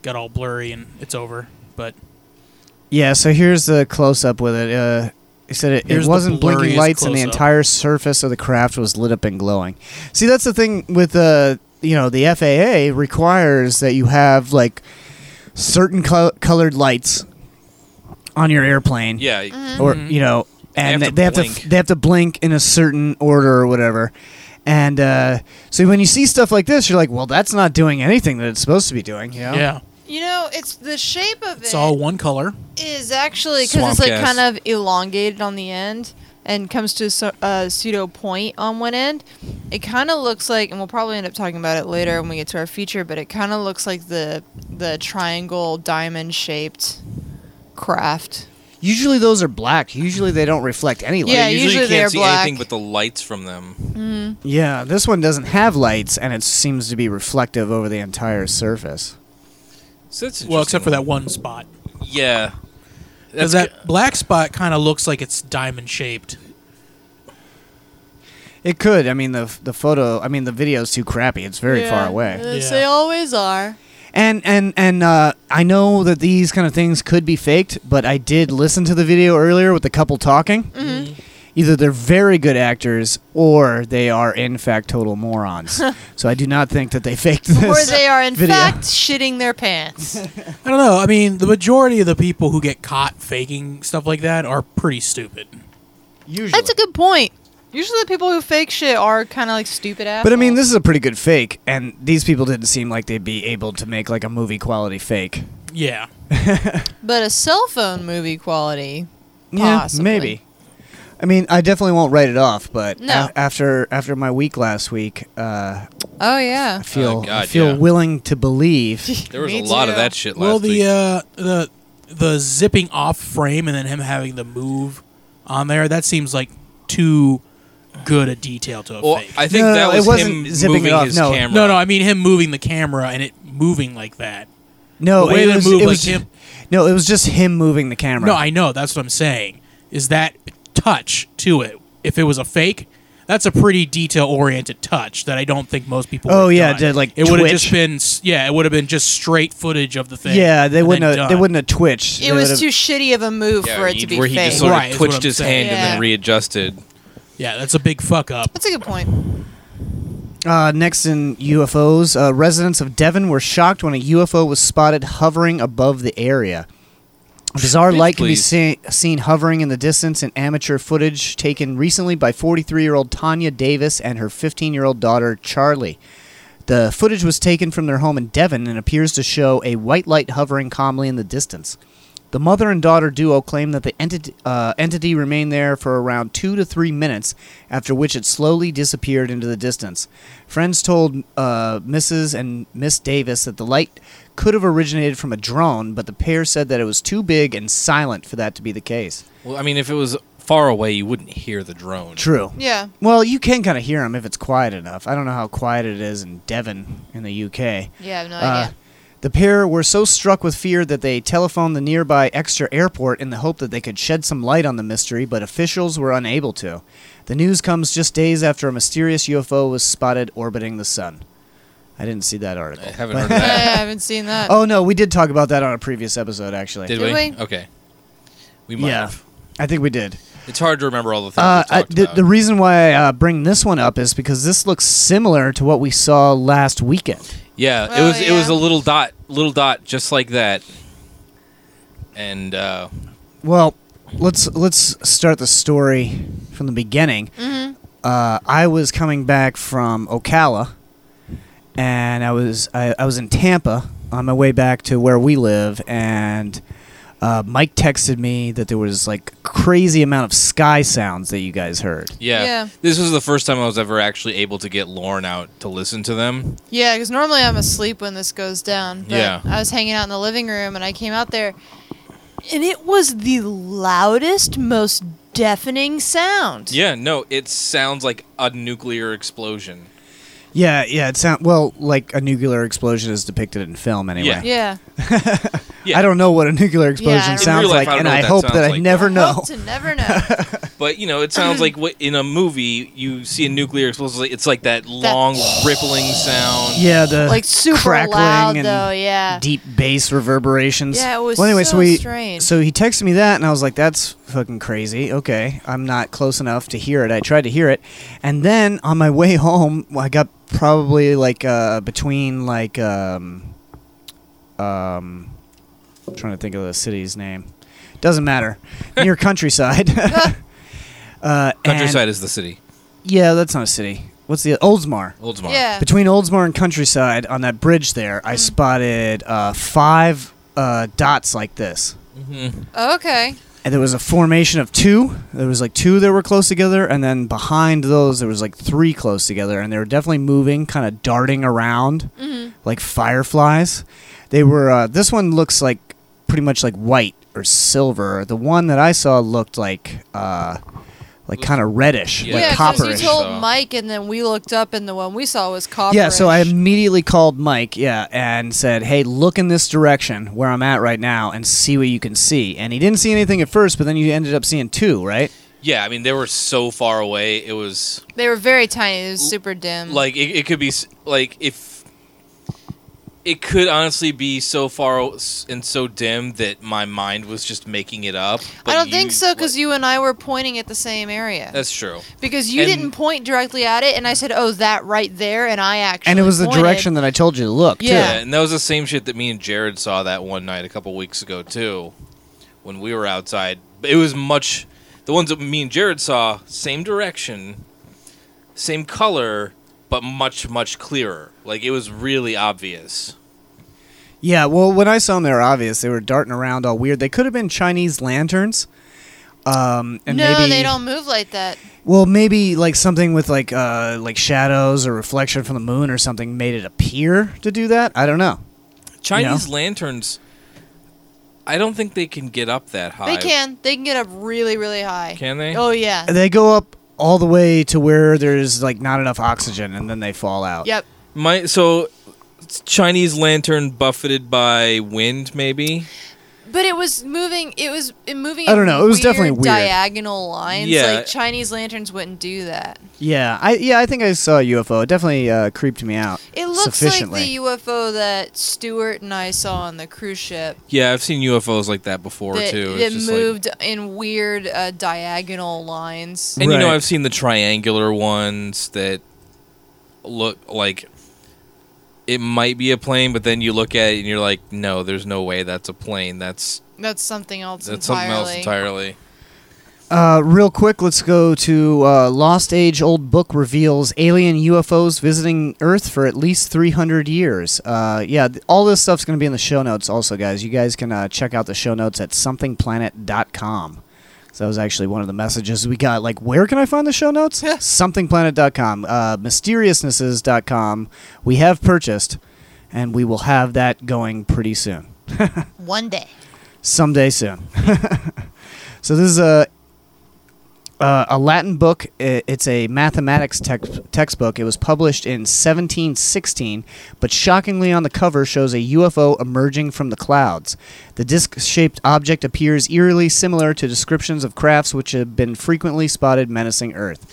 Speaker 5: Got all blurry and it's over. But
Speaker 7: Yeah, so here's the close up with it. Uh, he said it, it
Speaker 5: Here's the
Speaker 7: wasn't blinking
Speaker 5: blurriest
Speaker 7: lights, and the
Speaker 5: close-up.
Speaker 7: entire surface of the craft was lit up and glowing. See, that's the thing with uh, you know the FAA requires that you have like certain col- colored lights on your airplane,
Speaker 10: Yeah.
Speaker 9: Mm-hmm.
Speaker 7: or you know, and
Speaker 10: Mm-hmm. They
Speaker 7: they,
Speaker 10: have to
Speaker 7: they
Speaker 10: blink.
Speaker 7: have to they have to blink in a certain order or whatever. And uh, so when you see stuff like this, you're like, well, that's not doing anything that it's supposed to be doing. You know?
Speaker 5: yeah,
Speaker 9: You know, it's the shape of
Speaker 5: it's
Speaker 9: it
Speaker 5: all one color.
Speaker 9: is actually because
Speaker 10: Swamp
Speaker 9: it's like
Speaker 10: gas.
Speaker 9: kind of elongated on the end and comes to a so- a pseudo point on one end. It kind of looks like, and we'll probably end up talking about it later when we get to our feature, but it kind of looks like the the triangle diamond shaped craft.
Speaker 7: Usually those are black. Usually they don't reflect any light.
Speaker 9: Yeah,
Speaker 10: usually,
Speaker 9: usually
Speaker 10: you
Speaker 9: they're
Speaker 10: can't see
Speaker 9: black.
Speaker 10: anything but the lights from them.
Speaker 7: Yeah, this one doesn't have lights, and it seems to be reflective over the entire surface.
Speaker 10: So that's
Speaker 5: Well, except for that
Speaker 10: interesting.
Speaker 5: one spot.
Speaker 10: Yeah.
Speaker 5: Because
Speaker 10: That's
Speaker 5: that
Speaker 10: g-
Speaker 5: black spot kind of looks like it's diamond shaped.
Speaker 7: It could. I mean, the the photo. I mean, the video's too crappy. It's very far away.
Speaker 9: As
Speaker 5: Yeah.
Speaker 9: They always are.
Speaker 7: And and and uh, I know that these kind of things could be faked, but I did listen to the video earlier with the couple talking.
Speaker 9: Mm-hmm.
Speaker 7: Mm-hmm. Either they're very good actors, or they are in fact total morons. so I do not think that they faked this.
Speaker 9: Or they are, in
Speaker 7: video.
Speaker 9: fact, shitting their pants.
Speaker 5: I don't know. I mean, the majority of the people who get caught faking stuff like that are pretty stupid.
Speaker 7: Usually.
Speaker 9: That's a good point. Usually, the people who fake shit are kind of like stupid assholes.
Speaker 7: But I mean, this is a pretty good fake, and these people didn't seem like they'd be able to make like a movie quality fake.
Speaker 5: Yeah.
Speaker 9: But a cell phone movie quality. Possibly.
Speaker 7: maybe. I mean, I definitely won't write it off, but a-
Speaker 9: No.
Speaker 7: after after my week last week, uh,
Speaker 9: Oh yeah.
Speaker 7: I feel I
Speaker 10: God,
Speaker 7: feel
Speaker 10: yeah.
Speaker 7: willing to believe.
Speaker 10: there was
Speaker 9: Me
Speaker 10: a lot of
Speaker 9: too.
Speaker 10: that shit last
Speaker 5: well, the
Speaker 10: week.
Speaker 5: uh, the the zipping off frame and then him having the move on there that seems like too good a detail to a
Speaker 10: well,
Speaker 5: fake.
Speaker 10: I think
Speaker 7: No,
Speaker 10: that
Speaker 7: no,
Speaker 10: was
Speaker 7: it wasn't
Speaker 10: him
Speaker 7: zipping it
Speaker 10: moving
Speaker 7: off,
Speaker 10: his
Speaker 7: no.
Speaker 10: camera.
Speaker 5: no, no, I mean him moving the camera and it moving like that.
Speaker 7: No,
Speaker 5: The way
Speaker 7: it
Speaker 5: they
Speaker 7: was,
Speaker 5: move,
Speaker 7: it
Speaker 5: like
Speaker 7: was-
Speaker 5: him-
Speaker 7: No, it was just him moving the camera.
Speaker 5: No, I know that's what I'm saying. Is that touch to it? If it was a fake, that's a pretty detail oriented touch that I don't think most people.
Speaker 7: Oh,
Speaker 5: would've
Speaker 7: yeah,
Speaker 5: done.
Speaker 7: did, like,
Speaker 5: it would have just
Speaker 7: twitch.
Speaker 5: been s- yeah, it would have been just straight footage of the thing.
Speaker 7: yeah, they
Speaker 5: and
Speaker 7: wouldn't
Speaker 5: then
Speaker 7: have, they
Speaker 5: done.
Speaker 7: wouldn't have twitched.
Speaker 9: It
Speaker 7: They
Speaker 9: was
Speaker 7: would've-
Speaker 9: too shitty of a move
Speaker 10: Yeah,
Speaker 9: for it
Speaker 10: he-
Speaker 9: to be
Speaker 10: where he
Speaker 9: fake.
Speaker 10: just sort of
Speaker 5: Right, is what
Speaker 10: twitched
Speaker 5: I'm
Speaker 10: his
Speaker 5: saying.
Speaker 10: hand and
Speaker 9: Yeah.
Speaker 10: then readjusted.
Speaker 5: Yeah, that's a big fuck up.
Speaker 9: That's a good point.
Speaker 7: Uh, next in UFOs, uh, residents of Devon were shocked when a UFO was spotted hovering above the area. A bizarre light can be
Speaker 10: Please.
Speaker 7: see- seen hovering in the distance in amateur footage taken recently by 43 year old Tanya Davis and her 15 year old daughter Charlie. The footage was taken from their home in Devon and appears to show a white light hovering calmly in the distance. The mother and daughter duo claim that the entity, uh, entity remained there for around two to three minutes, after which it slowly disappeared into the distance. Friends told uh, Mrs. and Miss Davis that the light could have originated from a drone, but the pair said that it was too big and silent for that to be the case.
Speaker 10: Well, I mean, if it was far away, you wouldn't hear the drone.
Speaker 7: True.
Speaker 9: Yeah.
Speaker 7: Well, you can kind of hear them if it's quiet enough. I don't know how quiet it is in Devon in the UK.
Speaker 9: Yeah, I have no
Speaker 7: Uh,
Speaker 9: idea.
Speaker 7: the pair were so struck with fear that they telephoned the nearby Exeter airport in the hope that they could shed some light on the mystery, but officials were unable to. The news comes just days after a mysterious UFO was spotted orbiting the sun. I didn't see that article.
Speaker 10: I haven't heard of that.
Speaker 9: I haven't seen that.
Speaker 7: Oh no, we did talk about that on a previous episode, actually.
Speaker 10: Did, we?
Speaker 9: Did we?
Speaker 10: Okay. We might
Speaker 7: yeah,
Speaker 10: have.
Speaker 7: I think we did.
Speaker 10: It's hard to remember all the things
Speaker 7: Uh,
Speaker 10: we
Speaker 7: I,
Speaker 10: talked
Speaker 7: the,
Speaker 10: about.
Speaker 7: the reason why I uh, bring this one up is because this looks similar to what we saw last weekend.
Speaker 10: Oh, yeah, it
Speaker 9: Well,
Speaker 10: was it was
Speaker 9: yeah.
Speaker 10: a little dot, little dot, just like that. And uh,
Speaker 7: Well, let's let's start the story from the beginning.
Speaker 10: Mm-hmm.
Speaker 7: Uh, I was coming back from Ocala, and I was I, I was in Tampa on my way back to where we live, and uh, Mike texted me that there was like crazy amount of sky sounds that you guys heard.
Speaker 10: Yeah.
Speaker 9: Yeah.
Speaker 10: This was the first time I was ever actually able to get Lauren out to listen to them.
Speaker 9: Yeah, because normally I'm asleep when this goes down. But
Speaker 10: Yeah.
Speaker 9: I was hanging out in the living room and I came out there, and it was the loudest, most deafening sound.
Speaker 10: Yeah, no, it sounds like a nuclear explosion.
Speaker 7: Yeah, yeah. It sound well like a nuclear explosion is depicted in film anyway.
Speaker 10: Yeah.
Speaker 9: Yeah.
Speaker 7: I don't know what a nuclear
Speaker 9: I
Speaker 7: explosion
Speaker 9: don't-
Speaker 7: sounds
Speaker 10: In real life,
Speaker 7: like,
Speaker 10: I don't
Speaker 7: and
Speaker 10: know what
Speaker 7: I
Speaker 10: that
Speaker 7: hope that
Speaker 10: sounds
Speaker 7: I
Speaker 10: like.
Speaker 7: never know.
Speaker 9: Hope to never know. that
Speaker 10: But you know, it sounds like what in a movie you see a nuclear explosion. It's like that long rippling sound.
Speaker 7: Yeah, the
Speaker 9: Like, super
Speaker 7: crackling
Speaker 9: loud,
Speaker 7: and
Speaker 9: though, yeah.
Speaker 7: deep bass reverberations.
Speaker 9: Yeah, it was
Speaker 7: Well, anyway,
Speaker 9: so
Speaker 7: so we,
Speaker 9: strange.
Speaker 7: So he texted me that, and I was like, "That's fucking crazy." Okay, I'm not close enough to hear it. I tried to hear it, and then on my way home, I got probably like uh, between like um, um, I'm trying to think of the city's name. Doesn't matter. Near countryside. uh, and-
Speaker 10: Countryside is the city.
Speaker 7: yeah, that's not a city. What's the Oldsmar?
Speaker 10: Oldsmar.
Speaker 9: Yeah.
Speaker 7: Between Oldsmar and Countryside, on that bridge there, I spotted uh, five uh, dots like this.
Speaker 9: Oh, okay.
Speaker 7: And there was a formation of two. There was like two that were close together, and then behind those, there was like three close together. And they were definitely moving, kind of darting around like fireflies. They were, uh, this one looks like pretty much like white or silver. The one that I saw looked like, uh, like kind of reddish,
Speaker 10: Yeah.
Speaker 7: like
Speaker 9: yeah, you
Speaker 7: copperish.
Speaker 9: told
Speaker 10: though.
Speaker 9: Mike, and then we looked up, and the one we saw was copper.
Speaker 7: Yeah, so I immediately called Mike, yeah, and said, "Hey, look in this direction where I'm at right now and see what you can see." And he didn't see anything at first, but then you ended up seeing two, right?
Speaker 10: Yeah, I mean they were so far away. It was
Speaker 9: They were very tiny. It was super dim.
Speaker 10: like it, it could be s- like if it could honestly be so far o- s- and so dim that my mind was just making it up.
Speaker 9: I
Speaker 10: but
Speaker 9: don't
Speaker 10: you-
Speaker 9: think so because
Speaker 10: like-
Speaker 9: you and I were pointing at the same area.
Speaker 10: That's true.
Speaker 9: because you
Speaker 10: and-
Speaker 9: didn't point directly at it, and I said, "Oh, that right there," and I actually
Speaker 7: And it was the
Speaker 9: pointed.
Speaker 7: direction that I told you to look.
Speaker 9: Yeah.
Speaker 10: Yeah, and that was the same shit that me and Jared saw that one night a couple weeks ago too, when we were outside. But It was much the ones that me and Jared saw, same direction, same color, but much much clearer. Like it was really obvious.
Speaker 7: too. Yeah. Well, when I saw them, they were obvious. They were darting around all weird. They could have been Chinese lanterns. Um, and
Speaker 9: no,
Speaker 7: maybe,
Speaker 9: they don't move like that.
Speaker 7: Well, maybe like something with like uh, like shadows or reflection from the moon or something made it appear to do that. I don't know.
Speaker 10: Chinese lanterns. I don't think they can get up that high.
Speaker 9: They can. They can get up really, really high.
Speaker 10: Can they?
Speaker 9: Oh yeah.
Speaker 7: They go up all the way to where there's like not enough oxygen, and then they fall out.
Speaker 9: Yep.
Speaker 10: My so it's Chinese lantern buffeted by wind, maybe.
Speaker 9: But it was moving. It was it moving.
Speaker 7: I don't know,
Speaker 9: in
Speaker 7: it was definitely weird.
Speaker 9: diagonal lines.
Speaker 10: Yeah.
Speaker 9: Like Chinese lanterns wouldn't do that.
Speaker 7: Yeah, I yeah I think I saw a UFO. It definitely uh, creeped me out.
Speaker 9: It looks like
Speaker 7: sufficiently.
Speaker 9: the UFO that Stuart and I saw on the cruise ship
Speaker 10: Yeah, I've seen UFOs like that before
Speaker 9: that,
Speaker 10: too. It's
Speaker 9: that
Speaker 10: just like-
Speaker 9: moved in weird uh, diagonal lines.
Speaker 10: And you know,
Speaker 7: Right.
Speaker 10: I've seen the triangular ones that look like it might be a plane, but then you look at it and you're like, no, there's no way that's a plane. That's
Speaker 9: That's something else
Speaker 10: that's
Speaker 9: entirely.
Speaker 10: something else entirely.
Speaker 7: uh, real quick, let's go to uh, Lost Age old book reveals alien UFOs visiting Earth for at least 300 years. Uh, yeah, th- all this stuff's going to be in the show notes also, guys. You guys can uh, check out the show notes at somethingplanet.com. So that was actually one of the messages we got. Like, where can I find the show notes? somethingplanet.com, uh, mysteriousnesses.com. We have purchased, and we will have that going pretty soon.
Speaker 9: One day.
Speaker 7: someday soon. so this is a uh, a Latin book. I- It's a mathematics text, textbook. It was published in 1716, but shockingly on the cover shows a UFO emerging from the clouds. The disc-shaped object appears eerily similar to descriptions of crafts which have been frequently spotted menacing Earth.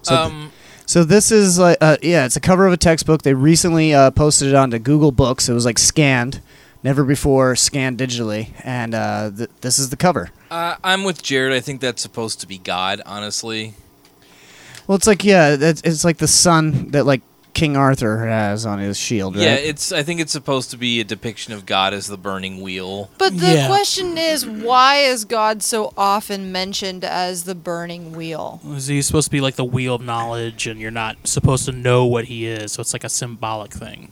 Speaker 7: So th-
Speaker 10: Um,
Speaker 7: so this is like, uh, yeah, it's a cover of a textbook. They recently uh, posted it onto Google Books. It was like scanned, never before scanned digitally, and uh, th- this is the cover.
Speaker 10: uh, I'm with Jared. I think that's supposed to be God, honestly.
Speaker 7: Well, it's like yeah, it's, it's like the sun that like King Arthur has on his shield, right?
Speaker 10: Yeah, it's. I think it's supposed to be a depiction of God as the burning wheel.
Speaker 9: But the
Speaker 5: Yeah.
Speaker 9: question is, why is God so often mentioned as the burning wheel?
Speaker 5: Is he supposed to be like the wheel of knowledge, and you're not supposed to know what he is? So it's like a symbolic thing.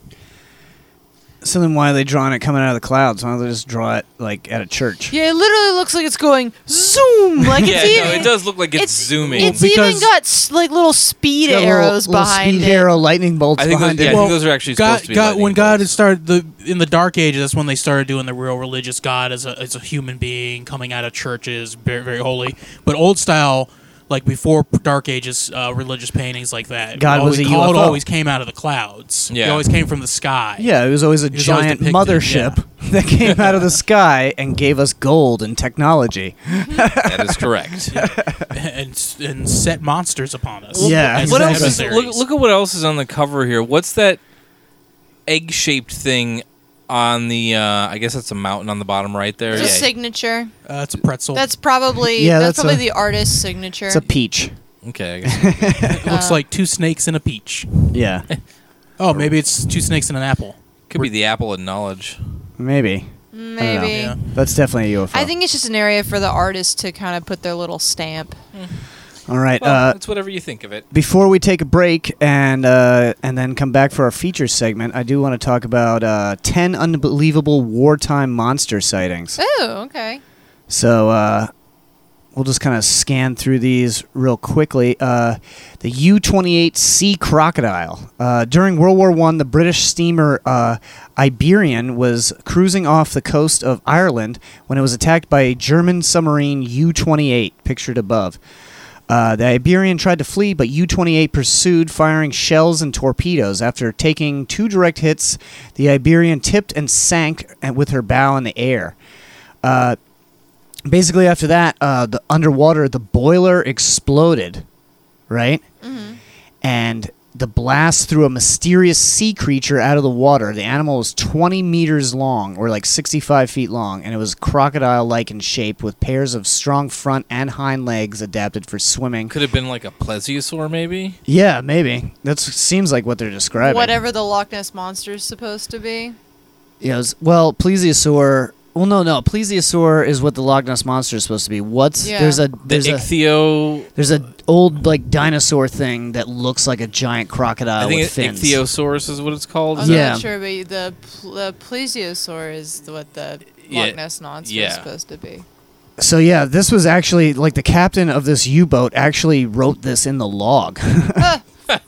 Speaker 7: So then why are they drawing it coming out of the clouds? Why don't they just draw it like at a church?
Speaker 9: Yeah, it literally looks like it's going zoom. Like
Speaker 10: yeah,
Speaker 9: it's even,
Speaker 10: no, it does look like it's, zooming.
Speaker 9: It's
Speaker 7: because-
Speaker 9: even got s- like little speed
Speaker 7: Got little-
Speaker 9: arrows
Speaker 7: little
Speaker 9: behind
Speaker 7: speed
Speaker 9: it.
Speaker 7: arrow lightning bolts
Speaker 10: I think those-
Speaker 7: behind
Speaker 10: yeah,
Speaker 7: it.
Speaker 10: I think those are actually
Speaker 5: God,
Speaker 10: supposed to be.
Speaker 5: God,
Speaker 10: lightning
Speaker 5: when God had
Speaker 10: bolts.
Speaker 5: started the in the Dark Ages, that's when they started doing the real religious God as a as a human being coming out of churches, very very holy. But old style, like before Dark Ages, uh, religious paintings like that,
Speaker 7: God
Speaker 5: always,
Speaker 7: was a
Speaker 5: God
Speaker 7: UFO.
Speaker 5: always came out of the clouds.
Speaker 10: Yeah.
Speaker 5: he always came from the sky.
Speaker 7: yeah, it was always a
Speaker 5: It was always
Speaker 7: giant
Speaker 5: depicted,
Speaker 7: mothership that came out of the sky and gave us gold and technology.
Speaker 10: that is correct.
Speaker 5: and and set monsters upon us.
Speaker 7: Yeah,
Speaker 5: as
Speaker 10: What else? Is,
Speaker 5: adversaries.
Speaker 10: look, look at what else is on the cover here. What's that egg-shaped thing on the? Uh, I guess that's a mountain on the bottom right there.
Speaker 9: It's a
Speaker 10: yeah.
Speaker 9: signature.
Speaker 5: Uh, it's a pretzel.
Speaker 9: That's probably
Speaker 7: Yeah,
Speaker 9: that's,
Speaker 7: that's
Speaker 9: probably
Speaker 7: a-
Speaker 9: the artist's signature.
Speaker 7: It's a peach.
Speaker 10: Okay. I guess.
Speaker 5: it looks like two snakes and a peach.
Speaker 7: Yeah,
Speaker 5: Oh, maybe it's two snakes and an apple.
Speaker 10: Could be the apple of knowledge.
Speaker 7: maybe. know.
Speaker 9: Maybe.
Speaker 5: Yeah.
Speaker 7: That's definitely a UFO.
Speaker 9: I think it's just an area for the artist to kind of put their little stamp.
Speaker 7: All right.
Speaker 10: Well,
Speaker 7: uh,
Speaker 10: it's whatever you think of it.
Speaker 7: before we take a break and uh, and then come back for our feature segment, I do want to talk about uh, ten unbelievable wartime monster sightings.
Speaker 9: Oh, okay.
Speaker 7: So uh, we'll just kind of scan through these real quickly. Uh, the U 28C Crocodile. Uh, during World War I, the British steamer uh, Iberian was cruising off the coast of Ireland when it was attacked by a German submarine U 28, pictured above. Uh, the Iberian tried to flee, but U 28 pursued, firing shells and torpedoes. After taking two direct hits, the Iberian tipped and sank and with her bow in the air basically after that uh, the underwater the boiler exploded right
Speaker 9: Mm-hmm.
Speaker 7: and the blast threw a mysterious sea creature out of the water the animal was 20 meters long or like 65 feet long and it was crocodile like in shape with pairs of strong front and hind legs adapted for swimming
Speaker 10: Could have been like a plesiosaur, maybe.
Speaker 7: yeah maybe that seems like what they're describing
Speaker 9: Whatever the Loch Ness monster is supposed to be.
Speaker 7: Yeah, it was- well, plesiosaur. Well, no, no. Plesiosaur is what the Loch Ness monster is supposed to be. What's
Speaker 9: Yeah.
Speaker 7: there's a
Speaker 10: The
Speaker 7: there's a
Speaker 10: ichthyo.
Speaker 7: There's an old like dinosaur thing that looks like a giant crocodile
Speaker 10: I think
Speaker 7: with
Speaker 10: it,
Speaker 7: fins.
Speaker 10: ichthyosaurus is what it's called.
Speaker 9: I'm
Speaker 7: Yeah.
Speaker 9: not sure, but the, pl- the plesiosaur is what the
Speaker 10: Yeah.
Speaker 9: Loch Ness monster
Speaker 10: Yeah.
Speaker 9: is supposed to be.
Speaker 7: so yeah, this was actually like the captain of this U-boat actually wrote this in the log.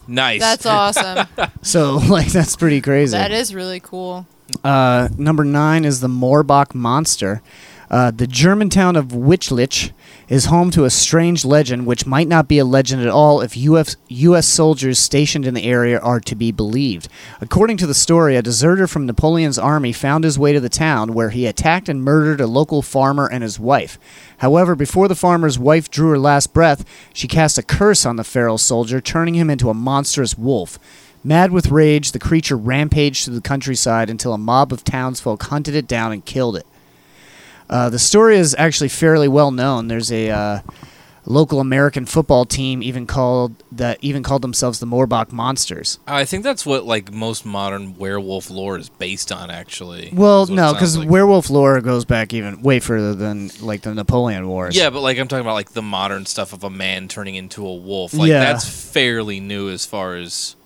Speaker 10: Nice.
Speaker 9: That's awesome.
Speaker 7: so like that's pretty crazy.
Speaker 9: that is really cool.
Speaker 7: Uh, number nine is the Moorbach monster. Uh, the German town of Wichlich is home to a strange legend, which might not be a legend at all if Uf- U.S. soldiers stationed in the area are to be believed. According to the story, a deserter from Napoleon's army found his way to the town where he attacked and murdered a local farmer and his wife. However, before the farmer's wife drew her last breath, she cast a curse on the feral soldier, turning him into a monstrous wolf. Mad with rage, the creature rampaged through the countryside until a mob of townsfolk hunted it down and killed it. Uh, the story is actually fairly well known. There's a uh, local American football team even called that even called themselves the Moorbach Monsters.
Speaker 10: I think that's what like most modern werewolf lore is based on, actually.
Speaker 7: Well,
Speaker 10: is what it
Speaker 7: no,
Speaker 10: sounds
Speaker 7: because
Speaker 10: like.
Speaker 7: werewolf lore goes back even way further than like the Napoleon Wars.
Speaker 10: Yeah, but like I'm talking about like the modern stuff of a man turning into a wolf. Like
Speaker 7: Yeah.
Speaker 10: that's fairly new as far as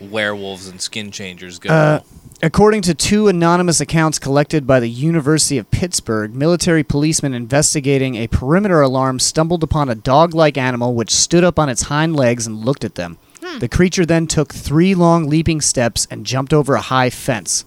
Speaker 10: werewolves and skin changers go.
Speaker 7: Uh, According to two anonymous accounts collected by the University of Pittsburgh, military policemen investigating a perimeter alarm stumbled upon a dog like animal which stood up on its hind legs and looked at them. The creature then took three long leaping steps and jumped over a high fence.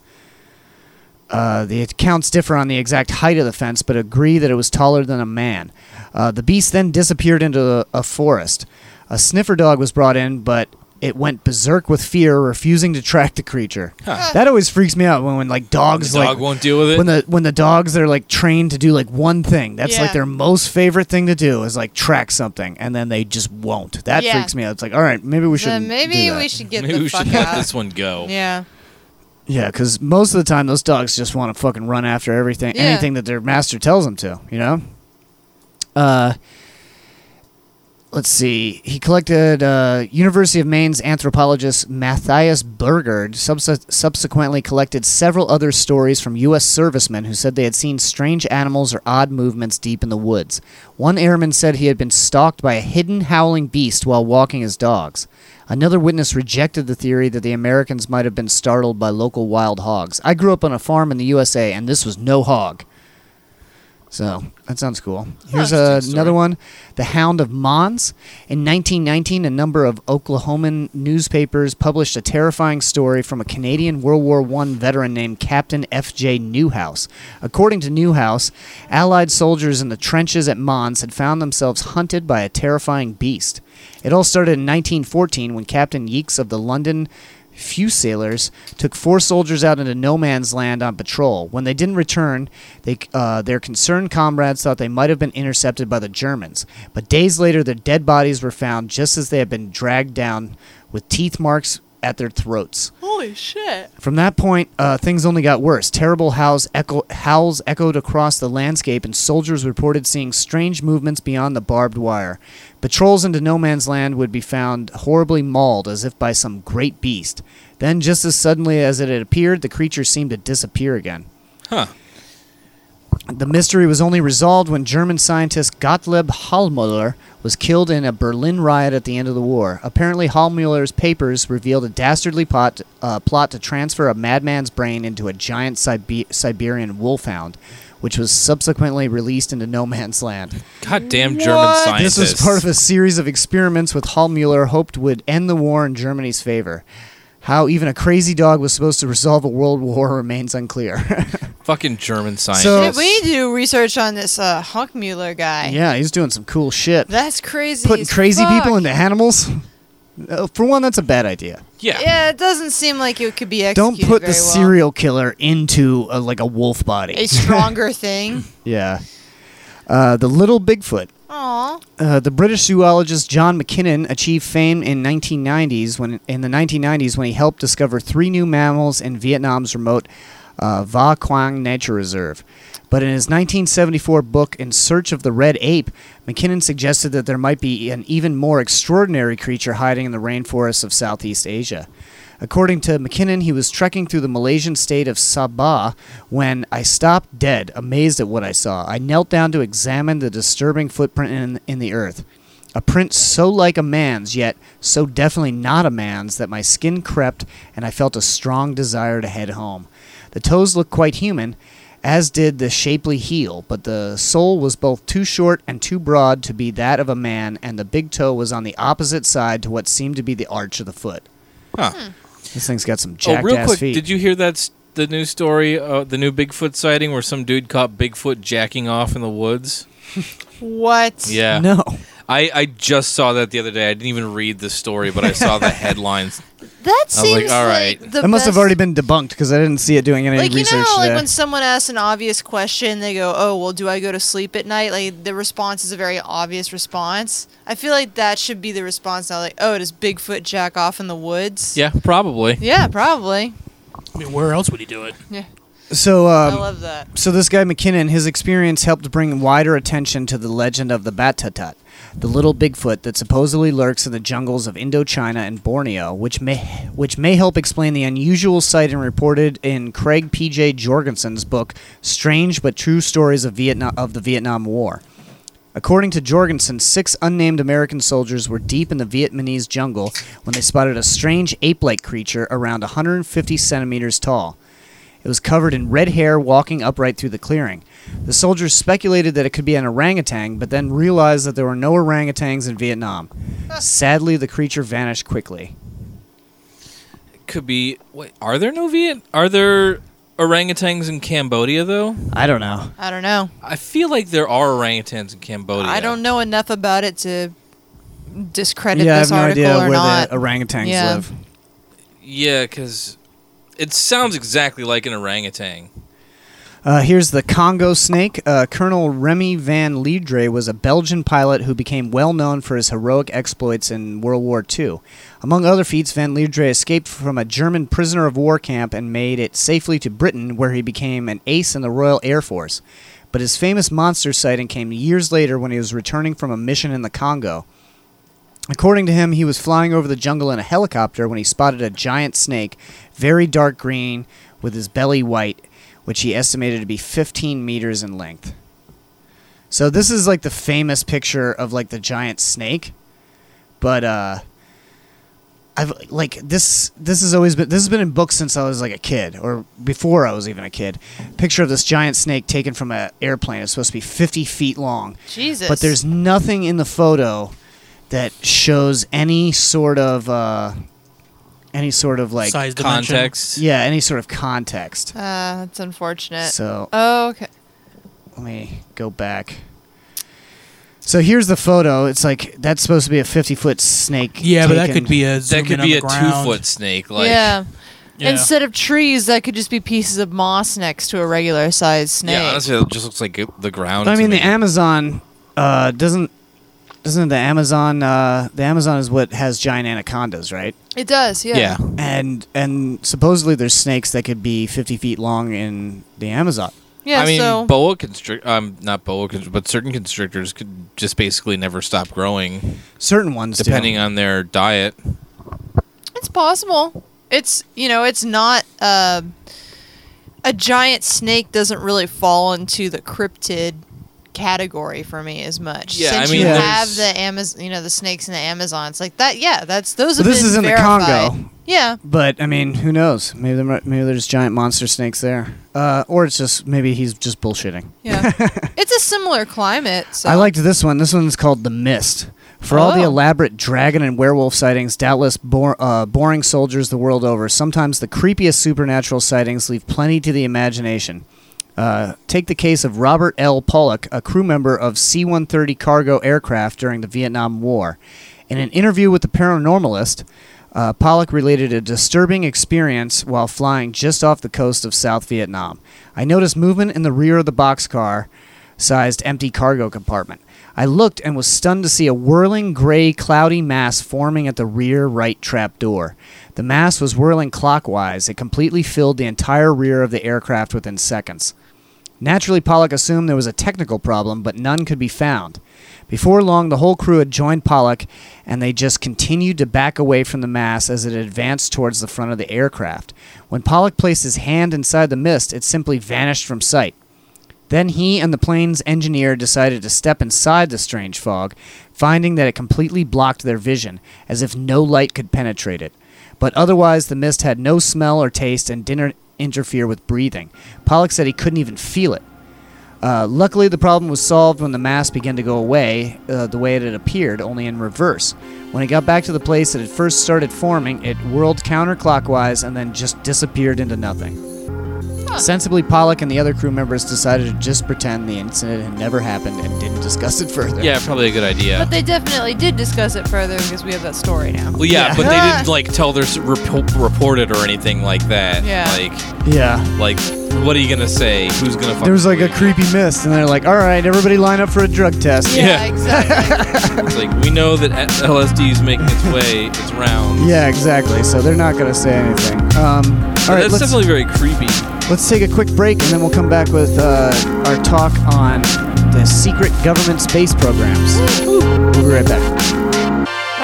Speaker 7: Uh, the accounts differ on the exact height of the fence, but agree that it was taller than a man. Uh, the beast then disappeared into a, a forest. A sniffer dog was brought in, but it went berserk with fear, refusing to track the creature. That always freaks me out when, when like dogs
Speaker 10: the
Speaker 7: like
Speaker 10: dog won't deal with it.
Speaker 7: when the when the dogs are like trained to do like one thing. That's like
Speaker 9: Yeah.
Speaker 7: their most favorite thing to do is like track something, and then they just won't. That
Speaker 9: Yeah.
Speaker 7: freaks me out. It's like all right, maybe we should.
Speaker 9: Then maybe we should get
Speaker 10: Maybe
Speaker 9: the
Speaker 10: we
Speaker 9: fuck
Speaker 10: should let
Speaker 9: out.
Speaker 10: this one go.
Speaker 9: Yeah.
Speaker 7: Yeah, because most of the time those dogs just want to fucking run after everything,
Speaker 9: Yeah.
Speaker 7: anything that their master tells them to. You know. Uh, let's see. He collected uh, University of Maine's anthropologist Matthias Burgard. Subse- subsequently, collected several other stories from U.S. servicemen who said they had seen strange animals or odd movements deep in the woods. One airman said he had been stalked by a hidden howling beast while walking his dogs. Another witness rejected the theory that the Americans might have been startled by local wild hogs. I grew up on a farm in the USA, and this was no hog. So that sounds cool. Here's uh, another one The Hound of Mons. In 1919, a number of Oklahoman newspapers published a terrifying story from a Canadian World War I veteran named Captain F.J. Newhouse. According to Newhouse, Allied soldiers in the trenches at Mons had found themselves hunted by a terrifying beast. It all started in 1914 when Captain Yeeks of the London few sailors took four soldiers out into no man's land on patrol. When they didn't return, they, uh, their concerned comrades thought they might have been intercepted by the Germans. But days later, their dead bodies were found just as they had been dragged down with teeth marks at their throats.
Speaker 11: Holy shit.
Speaker 7: From that point, uh, things only got worse. Terrible howls, echo- howls echoed across the landscape, and soldiers reported seeing strange movements beyond the barbed wire. Patrols into no man's land would be found horribly mauled as if by some great beast. Then, just as suddenly as it had appeared, the creature seemed to disappear again.
Speaker 10: Huh.
Speaker 7: The mystery was only resolved when German scientist Gottlieb Hallmüller was killed in a Berlin riot at the end of the war. Apparently, Hallmüller's papers revealed a dastardly plot, uh, plot to transfer a madman's brain into a giant Sibe- Siberian wolfhound, which was subsequently released into no man's land.
Speaker 10: Goddamn German scientists.
Speaker 7: This was part of a series of experiments with Hallmuller hoped would end the war in Germany's favor. How even a crazy dog was supposed to resolve a world war remains unclear.
Speaker 10: fucking German scientists.
Speaker 7: So-
Speaker 9: we need to do research on this uh, Hockmuller guy.
Speaker 7: yeah, he's doing some cool shit.
Speaker 9: That's crazy.
Speaker 7: Putting
Speaker 9: as
Speaker 7: crazy
Speaker 9: fuck.
Speaker 7: people into animals? Uh, For one, that's a bad idea.
Speaker 10: Yeah.
Speaker 9: Yeah, it doesn't seem like it could be
Speaker 7: Don't
Speaker 9: executed
Speaker 7: put the
Speaker 9: very well.
Speaker 7: serial killer into a, like a wolf body.
Speaker 9: A stronger thing.
Speaker 7: yeah. Uh, the little Bigfoot.
Speaker 9: Aw.
Speaker 7: Uh, the British zoologist John McKinnon achieved fame in 1990s when in the 1990s when he helped discover three new mammals in Vietnam's remote uh, Va Quang Nature Reserve. But in his 1974 book In Search of the Red Ape, McKinnon suggested that there might be an even more extraordinary creature hiding in the rainforests of Southeast Asia. According to McKinnon, he was trekking through the Malaysian state of Sabah when I stopped dead, amazed at what I saw. I knelt down to examine the disturbing footprint in, in the earth. A print so like a man's, yet so definitely not a man's, that my skin crept and I felt a strong desire to head home. The toes looked quite human, as did the shapely heel, but the sole was both too short and too broad to be that of a man, and the big toe was on the opposite side to what seemed to be the arch of the foot.
Speaker 10: Huh.
Speaker 9: Hmm.
Speaker 7: This thing's got some
Speaker 10: Oh,
Speaker 7: jackass
Speaker 10: real quick,
Speaker 7: feet.
Speaker 10: did you hear that's the new story, uh, the new Bigfoot sighting, where some dude caught Bigfoot jacking off in the woods?
Speaker 9: What?
Speaker 10: Yeah.
Speaker 7: No.
Speaker 10: I, I just saw that the other day. I didn't even read the story, but I saw the headlines.
Speaker 9: That
Speaker 10: I was
Speaker 9: seems
Speaker 10: like, all right.
Speaker 9: the
Speaker 7: that must have
Speaker 9: best-
Speaker 7: already been debunked because I didn't see it doing any
Speaker 9: like you
Speaker 7: research
Speaker 9: know, like
Speaker 7: today.
Speaker 9: when someone asks an obvious question, they go, "Oh, well, do I go to sleep at night?" Like the response is a very obvious response. I feel like that should be the response now. Like, "Oh, does Bigfoot jack off in the woods?"
Speaker 10: Yeah, probably.
Speaker 9: Yeah, probably.
Speaker 5: I mean, where else would he do it?
Speaker 9: Yeah.
Speaker 7: so, um,
Speaker 9: I love that.
Speaker 7: So this guy McKinnon, his experience helped bring wider attention to the legend of the Batatat, the little Bigfoot that supposedly lurks in the jungles of Indochina and Borneo, which may which may help explain the unusual sighting reported in Craig P. J. Jorgensen's book "Strange but True Stories of Vietnam of the Vietnam War." According to Jorgensen, six unnamed American soldiers were deep in the Vietnamese jungle when they spotted a strange ape-like creature around 150 centimeters tall. It was covered in red hair walking upright through the clearing. The soldiers speculated that it could be an orangutan, but then realized that there were no orangutans in Vietnam. Sadly, the creature vanished quickly.
Speaker 10: Could be. Wait, are there no Viet? Are there orangutans in Cambodia though?
Speaker 7: I don't know.
Speaker 9: I don't know.
Speaker 10: I feel like there are orangutans in Cambodia.
Speaker 9: I don't know enough about it to discredit
Speaker 7: yeah, I have
Speaker 9: this
Speaker 7: no
Speaker 9: article
Speaker 7: idea
Speaker 9: or
Speaker 7: where
Speaker 9: not.
Speaker 7: the orangutans
Speaker 9: Yeah.
Speaker 7: live.
Speaker 10: Yeah, because it sounds exactly like an orangutan.
Speaker 7: Uh, here's the Congo snake. Uh, Colonel Remy Van Liedre was a Belgian pilot who became well known for his heroic exploits in World War II. Among other feats, Van Liedre escaped from a German prisoner of war camp and made it safely to Britain, where he became an ace in the Royal Air Force. But his famous monster sighting came years later when he was returning from a mission in the Congo. According to him, he was flying over the jungle in a helicopter when he spotted a giant snake, very dark green, with his belly white, which he estimated to be 15 meters in length. So this is like the famous picture of like the giant snake, but uh, I've like this. This has always been this has been in books since I was like a kid, or before I was even a kid. Picture of this giant snake taken from an airplane. It's supposed to be 50 feet long.
Speaker 9: Jesus.
Speaker 7: But there's nothing in the photo that shows any sort of uh, any sort of like
Speaker 5: Size dimension. Context.
Speaker 7: Yeah, any sort of context.
Speaker 9: Uh, that's unfortunate.
Speaker 7: So-
Speaker 9: Oh, okay.
Speaker 7: Let me go back. So here's the photo. It's like that's supposed to be a 50 foot snake.
Speaker 5: Yeah, but that
Speaker 7: taken-
Speaker 5: could be a zoom
Speaker 10: That could
Speaker 5: in on
Speaker 10: be
Speaker 5: the
Speaker 10: a two
Speaker 5: ground.
Speaker 10: foot snake. Like,
Speaker 9: yeah.
Speaker 5: Yeah.
Speaker 9: Instead of trees, that could just be pieces of moss next to a regular sized snake.
Speaker 10: yeah, honestly, it just looks like it- the ground.
Speaker 7: But I
Speaker 10: to
Speaker 7: mean,
Speaker 10: me.
Speaker 7: the Amazon uh, doesn't doesn't the Amazon uh, the Amazon is what has giant anacondas, right?
Speaker 9: It does, yeah.
Speaker 10: yeah.
Speaker 7: And and supposedly there's snakes that could be 50 feet long in the Amazon.
Speaker 9: Yeah,
Speaker 10: I mean,
Speaker 9: so
Speaker 10: boa constrict. Um, not boa constrict, but certain constrictors could just basically never stop growing,
Speaker 7: Certain ones, do.
Speaker 10: depending on their diet.
Speaker 9: it's possible. It's you know, it's not uh, a giant snake doesn't really fall into the cryptid category for me as much.
Speaker 10: Yeah,
Speaker 9: Since
Speaker 10: I mean,
Speaker 9: you
Speaker 10: there's-
Speaker 9: have the Amazon, you know, the snakes in the Amazon, it's like that. Yeah, that's those.
Speaker 7: But
Speaker 9: have
Speaker 7: this
Speaker 9: been
Speaker 7: is in the
Speaker 9: verified.
Speaker 7: Congo.
Speaker 9: Yeah,
Speaker 7: But I mean, who knows? Maybe there, mi- maybe there's giant monster snakes there, uh, or it's just maybe he's just bullshitting.
Speaker 9: yeah. it's a similar climate. So
Speaker 7: I liked this one. This one's called The Mist. For all the
Speaker 9: Oh.
Speaker 7: elaborate dragon and werewolf sightings, doubtless bor- uh, boring soldiers the world over, sometimes the creepiest supernatural sightings leave plenty to the imagination. Uh, take the case of Robert L. Pollock, a crew member of C 130 cargo aircraft during the Vietnam War. In an interview with the paranormalist, uh, Pollock related a disturbing experience while flying just off the coast of South Vietnam. I noticed movement in the rear of the boxcar sized empty cargo compartment. I looked and was stunned to see a whirling gray cloudy mass forming at the rear right trap door. The mass was whirling clockwise. It completely filled the entire rear of the aircraft within seconds. Naturally, Pollock assumed there was a technical problem, but none could be found. Before long, the whole crew had joined Pollock, and they just continued to back away from the mass as it advanced towards the front of the aircraft. When Pollock placed his hand inside the mist, it simply vanished from sight. Then he and the plane's engineer decided to step inside the strange fog, finding that it completely blocked their vision, as if no light could penetrate it. But otherwise, the mist had no smell or taste and didn't interfere with breathing. Pollock said he couldn't even feel it. Uh, luckily, the problem was solved when the mass began to go away uh, the way it had appeared, only in reverse. When it got back to the place it had first started forming, it whirled counterclockwise and then just disappeared into nothing. Sensibly, Pollock and the other crew members decided to just pretend the incident had never happened and didn't discuss it further.
Speaker 10: Yeah, probably a good idea.
Speaker 9: but they definitely did discuss it further because we have that story now.
Speaker 10: Well, yeah,
Speaker 7: Yeah.
Speaker 10: but they didn't like tell their s- rep- report it or anything like that.
Speaker 9: Yeah.
Speaker 10: Like,
Speaker 7: Yeah.
Speaker 10: like, what are you gonna say? Who's gonna? fucking
Speaker 7: There was like a
Speaker 10: believe you?
Speaker 7: creepy mist, and they're like, all right, everybody line up for a drug test.
Speaker 9: Yeah,
Speaker 10: Yeah.
Speaker 9: exactly.
Speaker 10: It's like we know that LSD is making its way. It's round.
Speaker 7: Yeah, exactly. So they're not going to say anything. Um, all
Speaker 10: So
Speaker 7: right,
Speaker 10: that's
Speaker 7: let's,
Speaker 10: definitely very creepy.
Speaker 7: let's take a quick break, and then we'll come back with uh, our talk on the secret government space programs. We'll be right back.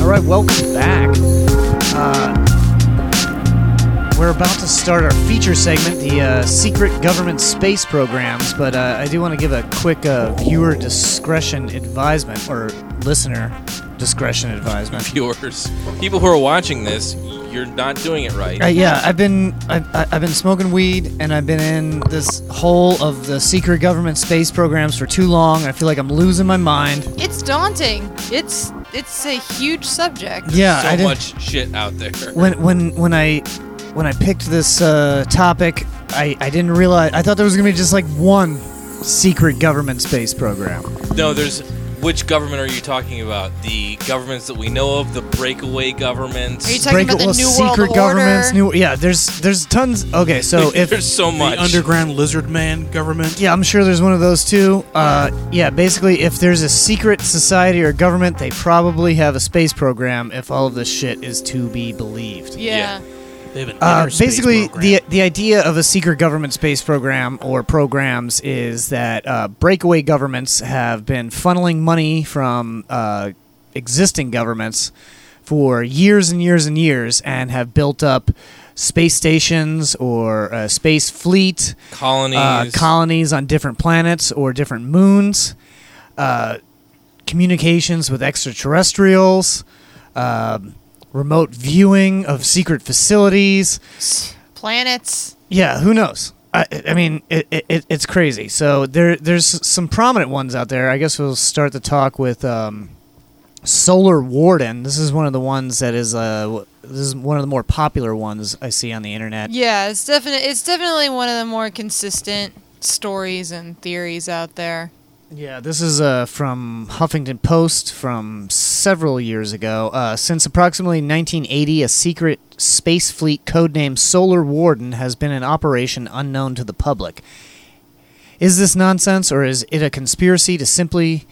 Speaker 7: All right, welcome back. Uh, we're about to start our feature segment, the uh, secret government space programs, but uh, I do want to give a quick uh, viewer discretion advisement, or listener discretion advisement.
Speaker 10: Viewers, people who are watching this, you're not doing it right.
Speaker 7: Uh, yeah, I've been I've, I- I've been smoking weed and I've been in this hole of the secret government space programs for too long. I feel like I'm losing my mind.
Speaker 9: it's daunting. It's it's a huge subject.
Speaker 7: Yeah,
Speaker 10: so
Speaker 7: I didn't,
Speaker 10: much shit out there.
Speaker 7: when when when I when I picked this uh, topic, I, I didn't realize I thought there was gonna be just like one secret government space program.
Speaker 10: No, there's. Which government are you talking about? The governments that we know of, the breakaway governments.
Speaker 9: Are you talking about the
Speaker 7: well,
Speaker 9: New
Speaker 7: secret
Speaker 9: World
Speaker 7: governments,
Speaker 9: Order?
Speaker 7: new yeah. There's there's tons. Okay, so if
Speaker 10: there's so much
Speaker 5: The underground lizard man government.
Speaker 7: Yeah, I'm sure there's one of those too. Uh, yeah, basically, if there's a secret society or government, they probably have a space program. If all of this shit is to be believed,
Speaker 9: yeah.
Speaker 5: They have an
Speaker 7: uh,
Speaker 5: inner space
Speaker 7: basically,
Speaker 5: program.
Speaker 7: the the idea of a secret government space program or programs is that uh, breakaway governments have been funneling money from uh, existing governments for years and years and years, and have built up space stations or a space fleet
Speaker 10: colonies.
Speaker 7: uh, colonies on different planets or different moons, uh, communications with extraterrestrials, um remote viewing of secret facilities.
Speaker 9: Planets.
Speaker 7: Yeah, who knows? I, I mean, it, it, it's crazy. So there, there's some prominent ones out there. I guess we'll start the talk with um, Solar Warden. This is one of the ones that is uh, w- this is one of the more popular ones I see on the internet.
Speaker 9: Yeah, it's definitely it's definitely one of the more consistent stories and theories out there.
Speaker 7: Yeah, this is uh, from Huffington Post from several years ago. Uh, since approximately 1980, a secret space fleet codenamed Solar Warden has been in operation unknown to the public. Is this nonsense, or is it a conspiracy to simply,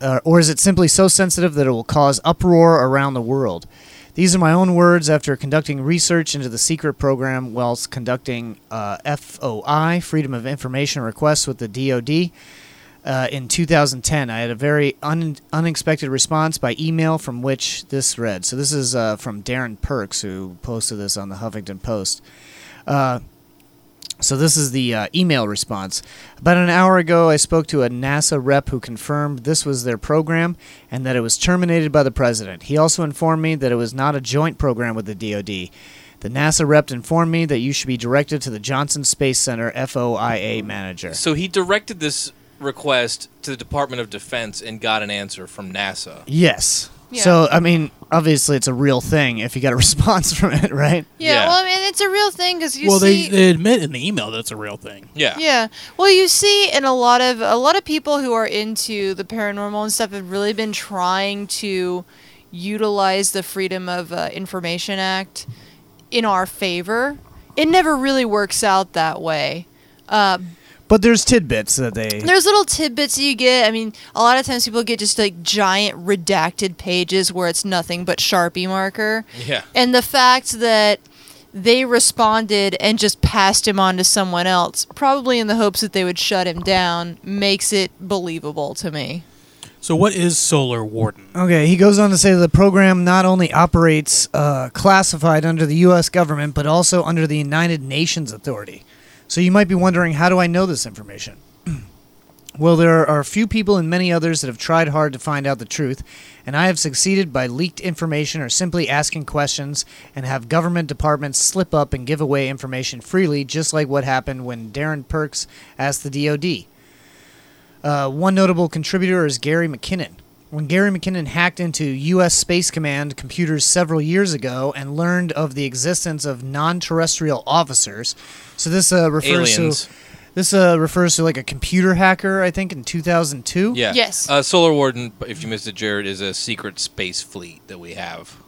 Speaker 7: uh, or is it simply so sensitive that it will cause uproar around the world? These are my own words after conducting research into the secret program whilst conducting uh, FOI, Freedom of Information Requests, with the DoD uh, in 2010. I had a very un- unexpected response by email from which this read. So this is uh, from Darren Perks, who posted this on the Huffington Post. Uh, so this is the uh, email response. About an hour ago, I spoke to a NASA rep who confirmed this was their program and that it was terminated by the president. He also informed me that it was not a joint program with the DoD. The NASA rep informed me that you should be directed to the Johnson Space Center FOIA manager.
Speaker 10: So he directed this request to the Department of Defense and got an answer from NASA.
Speaker 7: Yes. So I mean, obviously, it's a real thing if you got a response from it, right?
Speaker 9: Yeah,
Speaker 10: Yeah.
Speaker 9: well, I mean, it's a real thing because you
Speaker 5: well,
Speaker 9: see,
Speaker 5: they, they admit in the email that's a real thing.
Speaker 10: Yeah.
Speaker 9: yeah, well, you see, in a lot of a lot of people who are into the paranormal and stuff have really been trying to utilize the Freedom of uh, Information Act in our favor. It never really works out that way. Uh,
Speaker 7: But there's tidbits that they.
Speaker 9: There's little tidbits you get. I mean, a lot of times people get just like giant redacted pages where it's nothing but Sharpie marker.
Speaker 10: Yeah.
Speaker 9: And the fact that they responded and just passed him on to someone else, probably in the hopes that they would shut him down, makes it believable to me.
Speaker 5: So what is Solar Warden?
Speaker 7: Okay, he goes on to say the program not only operates uh, classified under the U.S. government, but also under the United Nations authority. So you might be wondering, how do I know this information? well, there are a few people and many others that have tried hard to find out the truth, and I have succeeded by leaked information or simply asking questions and have government departments slip up and give away information freely, just like what happened when Darren Perks asked the DoD. Uh, one notable contributor is Gary McKinnon. When Gary McKinnon hacked into U.S. Space Command computers several years ago and learned of the existence of non-terrestrial officers, so this uh, refers
Speaker 10: Aliens.
Speaker 7: to this uh, refers to like a computer hacker, I think, in 2002.
Speaker 10: Yeah.
Speaker 9: Yes.
Speaker 10: Uh, Solar Warden, if you missed it, Jared, is a secret space fleet that we have.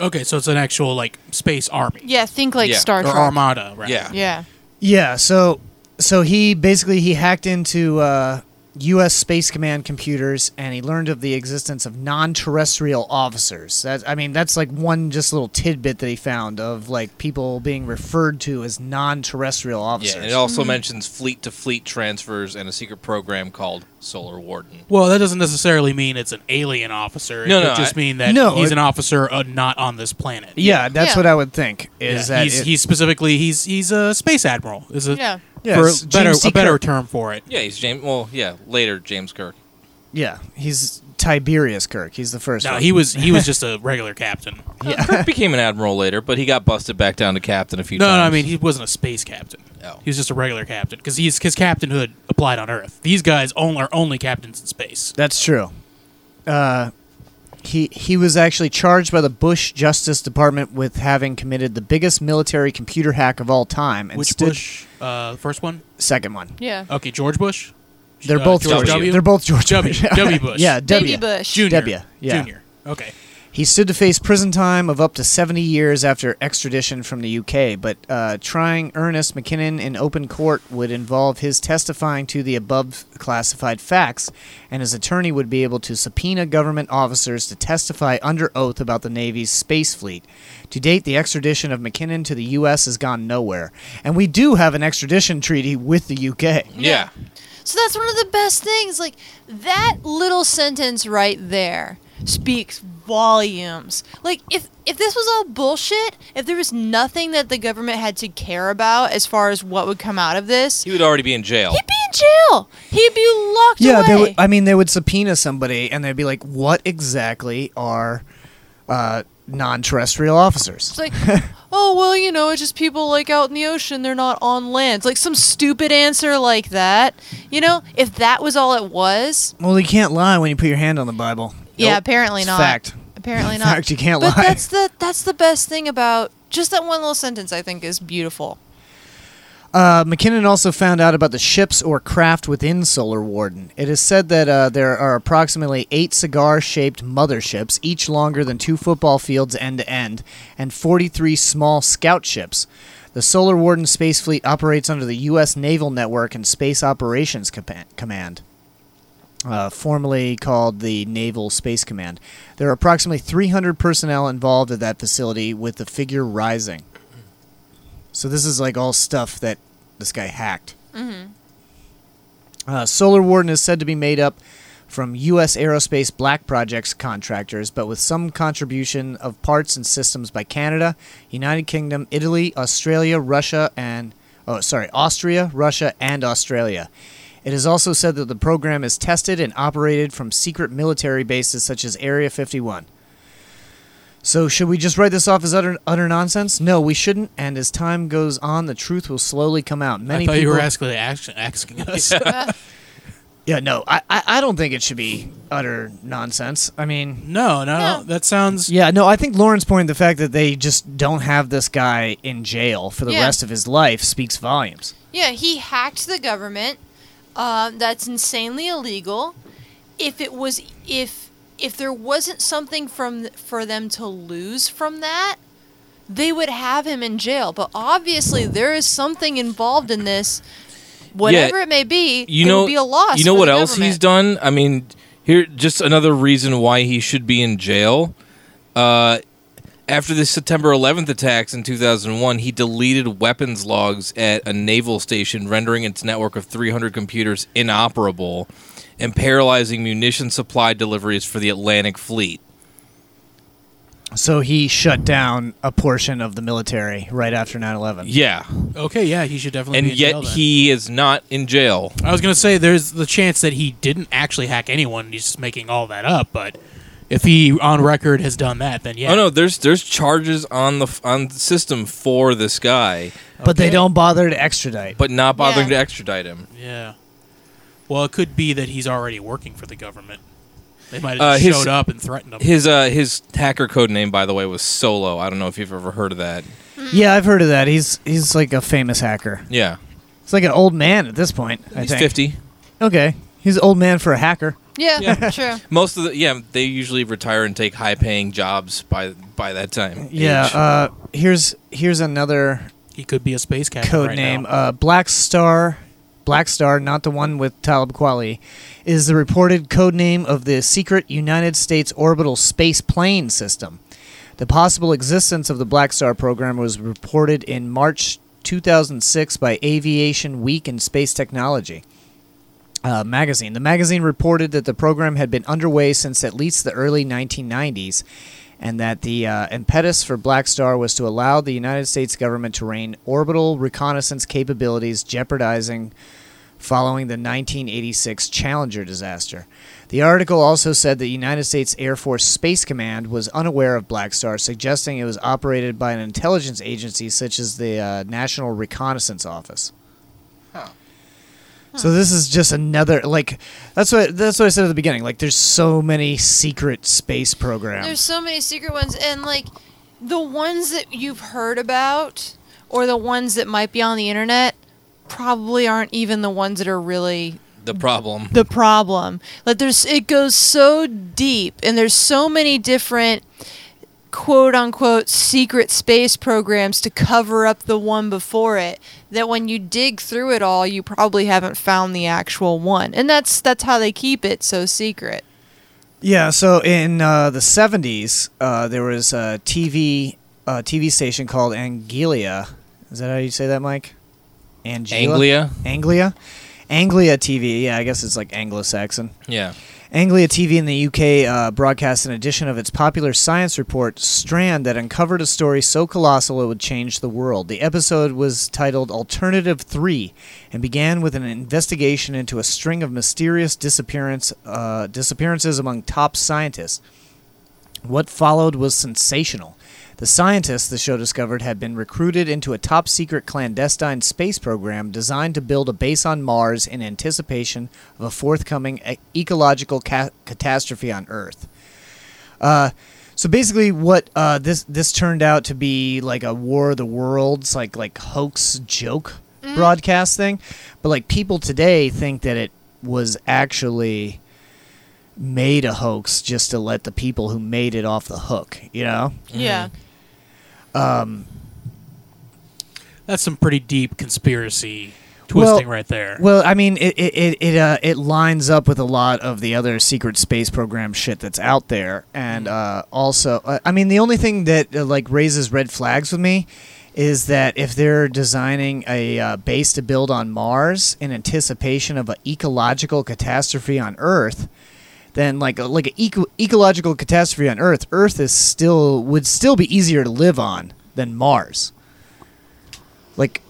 Speaker 5: Okay, so it's an actual like space army
Speaker 9: Yeah, think like
Speaker 10: Yeah.
Speaker 9: Star
Speaker 5: or
Speaker 9: Trek.
Speaker 5: armada, right?
Speaker 10: Yeah.
Speaker 9: Yeah.
Speaker 7: Yeah. So, so he basically he hacked into uh, U.S. Space Command computers and he learned of the existence of non-terrestrial officers. That I mean, that's like one just little tidbit that he found of like people being referred to as non-terrestrial
Speaker 10: Yeah,
Speaker 7: officers.
Speaker 10: and it also mentions fleet to fleet transfers and a secret program called Solar Warden.
Speaker 5: Well, that doesn't necessarily mean it's an alien officer. It
Speaker 10: No,
Speaker 5: could
Speaker 10: no,
Speaker 5: just
Speaker 10: I-
Speaker 5: mean that
Speaker 7: No,
Speaker 5: he's
Speaker 7: it-
Speaker 5: an officer uh, not on this planet.
Speaker 7: yeah, that's
Speaker 9: Yeah.
Speaker 7: what I would think. Is
Speaker 5: Yeah,
Speaker 7: that
Speaker 5: he's,
Speaker 7: it-
Speaker 5: he's specifically he's he's a space admiral. Is it?
Speaker 9: Yeah.
Speaker 5: for
Speaker 7: Yes,
Speaker 5: a better
Speaker 7: James C.
Speaker 5: a better
Speaker 7: Kirk.
Speaker 5: term for it.
Speaker 10: Yeah, he's James. Well, yeah, later James Kirk.
Speaker 7: yeah, he's Tiberius Kirk. He's the first.
Speaker 5: No,
Speaker 7: one.
Speaker 5: he was he was just a regular captain.
Speaker 10: Well, Oh, Kirk became an admiral later, but he got busted back down to captain a few
Speaker 5: No,
Speaker 10: times.
Speaker 5: no, I mean he wasn't a space captain.
Speaker 10: Oh.
Speaker 5: He was just a regular captain because he's his captainhood applied on Earth. These guys only are only captains in space.
Speaker 7: That's true. Uh, He he was actually charged by the Bush Justice Department with having committed the biggest military computer hack of all time. And
Speaker 5: Which
Speaker 7: stood-
Speaker 5: Bush? Uh, first one.
Speaker 7: Second one.
Speaker 9: Yeah.
Speaker 5: Okay, George Bush.
Speaker 7: They're
Speaker 5: Uh,
Speaker 7: both
Speaker 5: George
Speaker 7: George.
Speaker 5: W?
Speaker 7: They're both George
Speaker 5: W. W. Bush.
Speaker 7: yeah, W.
Speaker 9: Baby Bush.
Speaker 5: Junior.
Speaker 7: W. Yeah.
Speaker 5: Junior. Okay.
Speaker 7: He stood to face prison time of up to 70 years after extradition from the UK, but uh, trying Ernest McKinnon in open court would involve his testifying to the above classified facts, and his attorney would be able to subpoena government officers to testify under oath about the Navy's space fleet. To date, the extradition of McKinnon to the US has gone nowhere, and we do have an extradition treaty with the UK.
Speaker 5: Mm-hmm.
Speaker 10: Yeah.
Speaker 9: So that's one of the best things. Like that little sentence right there speaks volumes. Like if if this was all bullshit, if there was nothing that the government had to care about as far as what would come out of this,
Speaker 10: He would already be in jail.
Speaker 9: he'd be in jail. He'd be locked
Speaker 7: Yeah,
Speaker 9: away.
Speaker 7: they would, I mean, they would subpoena somebody, and they'd be like, "What exactly are uh, non-terrestrial officers?"
Speaker 9: It's like, oh well, you know, it's just people like out in the ocean. They're not on land. It's like some stupid answer like that. You know, if that was all it was,
Speaker 7: Well, you can't lie when you put your hand on the Bible.
Speaker 9: yeah,
Speaker 7: Nope.
Speaker 9: apparently
Speaker 7: It's
Speaker 9: not.
Speaker 7: Fact.
Speaker 9: Apparently not.
Speaker 7: Fact, you can't
Speaker 9: but
Speaker 7: lie.
Speaker 9: that's the that's the best thing about just that one little sentence. I think is beautiful.
Speaker 7: Uh, McKinnon also found out about the ships or craft within Solar Warden. It is said that uh, there are approximately eight cigar-shaped motherships, each longer than two football fields end to end, and 43 small scout ships. The Solar Warden Space Fleet operates under the U.S. Naval Network and Space Operations Compa- Command. uh, formerly called the Naval Space Command. There are approximately 300 personnel involved at that facility, with the figure rising. So this is like all stuff that this guy hacked. Uh, Solar Warden is said to be made up from U.S. Aerospace Black Projects contractors, but with some contribution of parts and systems by Canada, United Kingdom, Italy, Australia, Russia, and oh, sorry, Austria, Russia, and Australia. It is also said that the program is tested and operated from secret military bases such as Area 51. So, should we just write this off as utter, utter nonsense? No, we shouldn't. And as time goes on, the truth will slowly come out. Many
Speaker 5: I thought
Speaker 7: people,
Speaker 5: you were asking asking, asking us.
Speaker 7: yeah, no, I, I, I don't think it should be utter nonsense. I mean,
Speaker 5: No, no, no. That sounds.
Speaker 7: yeah, no, I think Lauren's point, the fact that they just don't have this guy in jail for the
Speaker 9: Yeah.
Speaker 7: rest of his life, speaks volumes.
Speaker 9: Yeah, he hacked the government. Um, that's insanely illegal. If it was if if there wasn't something from for them to lose from that, they would have him in jail. But obviously, there is something involved in this. Whatever it may be,
Speaker 10: you
Speaker 9: it
Speaker 10: know,
Speaker 9: would be a loss.
Speaker 10: You know
Speaker 9: for
Speaker 10: what
Speaker 9: the
Speaker 10: else he's
Speaker 9: government.
Speaker 10: done? I mean, here just another reason why he should be in jail. Uh, after the September 11th attacks in 2001, he deleted weapons logs at a naval station, rendering its network of 300 computers inoperable and paralyzing munition supply deliveries for the Atlantic Fleet.
Speaker 7: So he shut down a portion of the military right after 9 11.
Speaker 10: Yeah,
Speaker 5: Okay, yeah, he should definitely.
Speaker 10: and
Speaker 5: be in jail
Speaker 10: yet
Speaker 5: then.
Speaker 10: he is not in jail.
Speaker 5: I was gonna say there's the chance that he didn't actually hack anyone. He's just making all that up. But if he on record has done that, then yeah.
Speaker 10: Oh no, there's there's charges on the f- on the system for this guy,
Speaker 7: But they don't bother to extradite.
Speaker 10: but not bothering
Speaker 9: Yeah.
Speaker 10: to extradite him.
Speaker 5: Yeah. Well, it could be that he's already working for the government. They might have
Speaker 10: Uh,
Speaker 5: just
Speaker 10: his-
Speaker 5: showed up and threatened him.
Speaker 10: His uh his hacker code name by the way was Solo. I don't know if you've ever heard of that.
Speaker 7: yeah, I've heard of that. He's he's like a famous hacker.
Speaker 10: Yeah.
Speaker 7: He's like an old man at this point, I
Speaker 10: He's
Speaker 7: think.
Speaker 10: 50.
Speaker 7: Okay. He's an old man for a hacker.
Speaker 9: Yeah, true.
Speaker 10: Most of the yeah, they usually retire and take high paying jobs by by that time.
Speaker 7: Yeah.
Speaker 10: Age.
Speaker 7: Uh, here's here's another
Speaker 5: he could be a space captain.
Speaker 7: code
Speaker 5: right
Speaker 7: name
Speaker 5: now.
Speaker 7: uh, Black Star. Black Star, not the one with Talib Kweli, is the reported code name of the secret United States orbital space plane system. The possible existence of the Black Star program was reported in March 2006 by Aviation Week and Space Technology uh, magazine. The magazine reported that the program had been underway since at least the early 1990s, and that the uh, impetus for Black Star was to allow the United States government to rein orbital reconnaissance capabilities, jeopardizing following the 1986 Challenger disaster. The article also said that United States Air Force Space Command was unaware of Black Star, suggesting it was operated by an intelligence agency such as the uh, National Reconnaissance Office. So this is just another like that's what that's what I said at the beginning. Like there's so many secret space programs.
Speaker 9: There's so many secret ones, and like the ones that you've heard about or the ones that might be on the internet probably aren't even the ones that are really
Speaker 10: The problem.
Speaker 9: the problem. Like there's it goes so deep and there's so many different quote unquote secret space programs to cover up the one before it that when you dig through it all you probably haven't found the actual one. And that's that's how they keep it so secret.
Speaker 7: Yeah, so in uh, the seventies, uh, there was a TV uh, TV station called Angelia. Is that how you say that, Mike? Angela?
Speaker 10: Anglia?
Speaker 7: Anglia, Anglia TV. Yeah, I guess it's like Anglo-Saxon.
Speaker 10: Yeah.
Speaker 7: Anglia TV in the UK uh, broadcast an edition of its popular science report Strand that uncovered a story so colossal it would change the world. The episode was titled Alternative 3 and began with an investigation into a string of mysterious disappearance uh, disappearances among top scientists. What followed was sensational. The scientists the show discovered had been recruited into a top secret clandestine space program designed to build a base on Mars in anticipation of a forthcoming e- ecological ca- catastrophe on Earth. Uh, so basically, what uh, this this turned out to be like a War of the Worlds, like like hoax joke broadcast thing, but like people today think that it was actually made a hoax just to let the people who made it off the hook. You know?
Speaker 9: Yeah.
Speaker 5: That's some pretty deep conspiracy twisting
Speaker 7: Well-
Speaker 5: right there.
Speaker 7: Well, I mean, it it it it, uh, it lines up with a lot of the other secret space program shit that's out there, and uh, also, uh, I mean, the only thing that uh, like raises red flags with me is that if they're designing a uh, base to build on Mars in anticipation of an ecological catastrophe on Earth. Then, like a- like an eco- ecological catastrophe on Earth, Earth is still would still be easier to live on than Mars. Like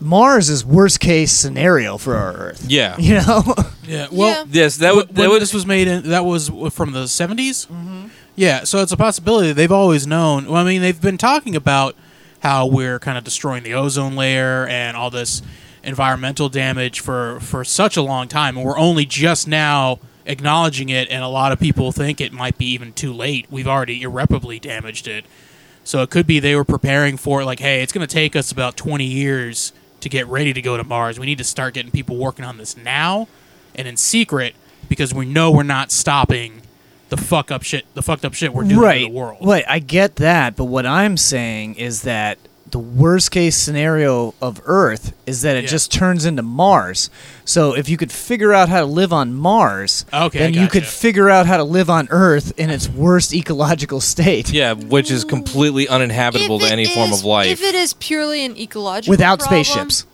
Speaker 7: Mars is worst case scenario for our Earth.
Speaker 10: Yeah.
Speaker 7: You know?
Speaker 5: yeah. Well,
Speaker 9: Yeah.
Speaker 10: Yes, that would
Speaker 5: Wh-
Speaker 10: that
Speaker 5: when
Speaker 10: would
Speaker 5: this was made in that was wh- from the 70s mm-hmm. yeah so it's a possibility they've always known well, i mean they've been talking about how we're kind of destroying the ozone layer and all this environmental damage for for such a long time and we're only just now acknowledging it and a lot of people think it might be even too late we've already irreparably damaged it so it could be they were preparing for it, like, hey, it's going to take us about 20 years to get ready to go to Mars. We need to start getting people working on this now and in secret because we know we're not stopping the fuck up shit, the fucked up shit we're doing
Speaker 7: right.
Speaker 5: in the world.
Speaker 7: Wait, I get that, but what I'm saying is that the worst case scenario of Earth is that it
Speaker 5: Yeah.
Speaker 7: just turns into Mars. So if you could figure out how to live on Mars,
Speaker 5: Okay,
Speaker 7: then you could
Speaker 5: gotcha.
Speaker 7: figure out how to live on Earth in its worst ecological state
Speaker 10: yeah, which is completely uninhabitable to
Speaker 9: If it
Speaker 10: any form
Speaker 9: is-
Speaker 10: of life.
Speaker 9: If it is purely an ecological
Speaker 7: without
Speaker 9: problem-
Speaker 7: spaceships.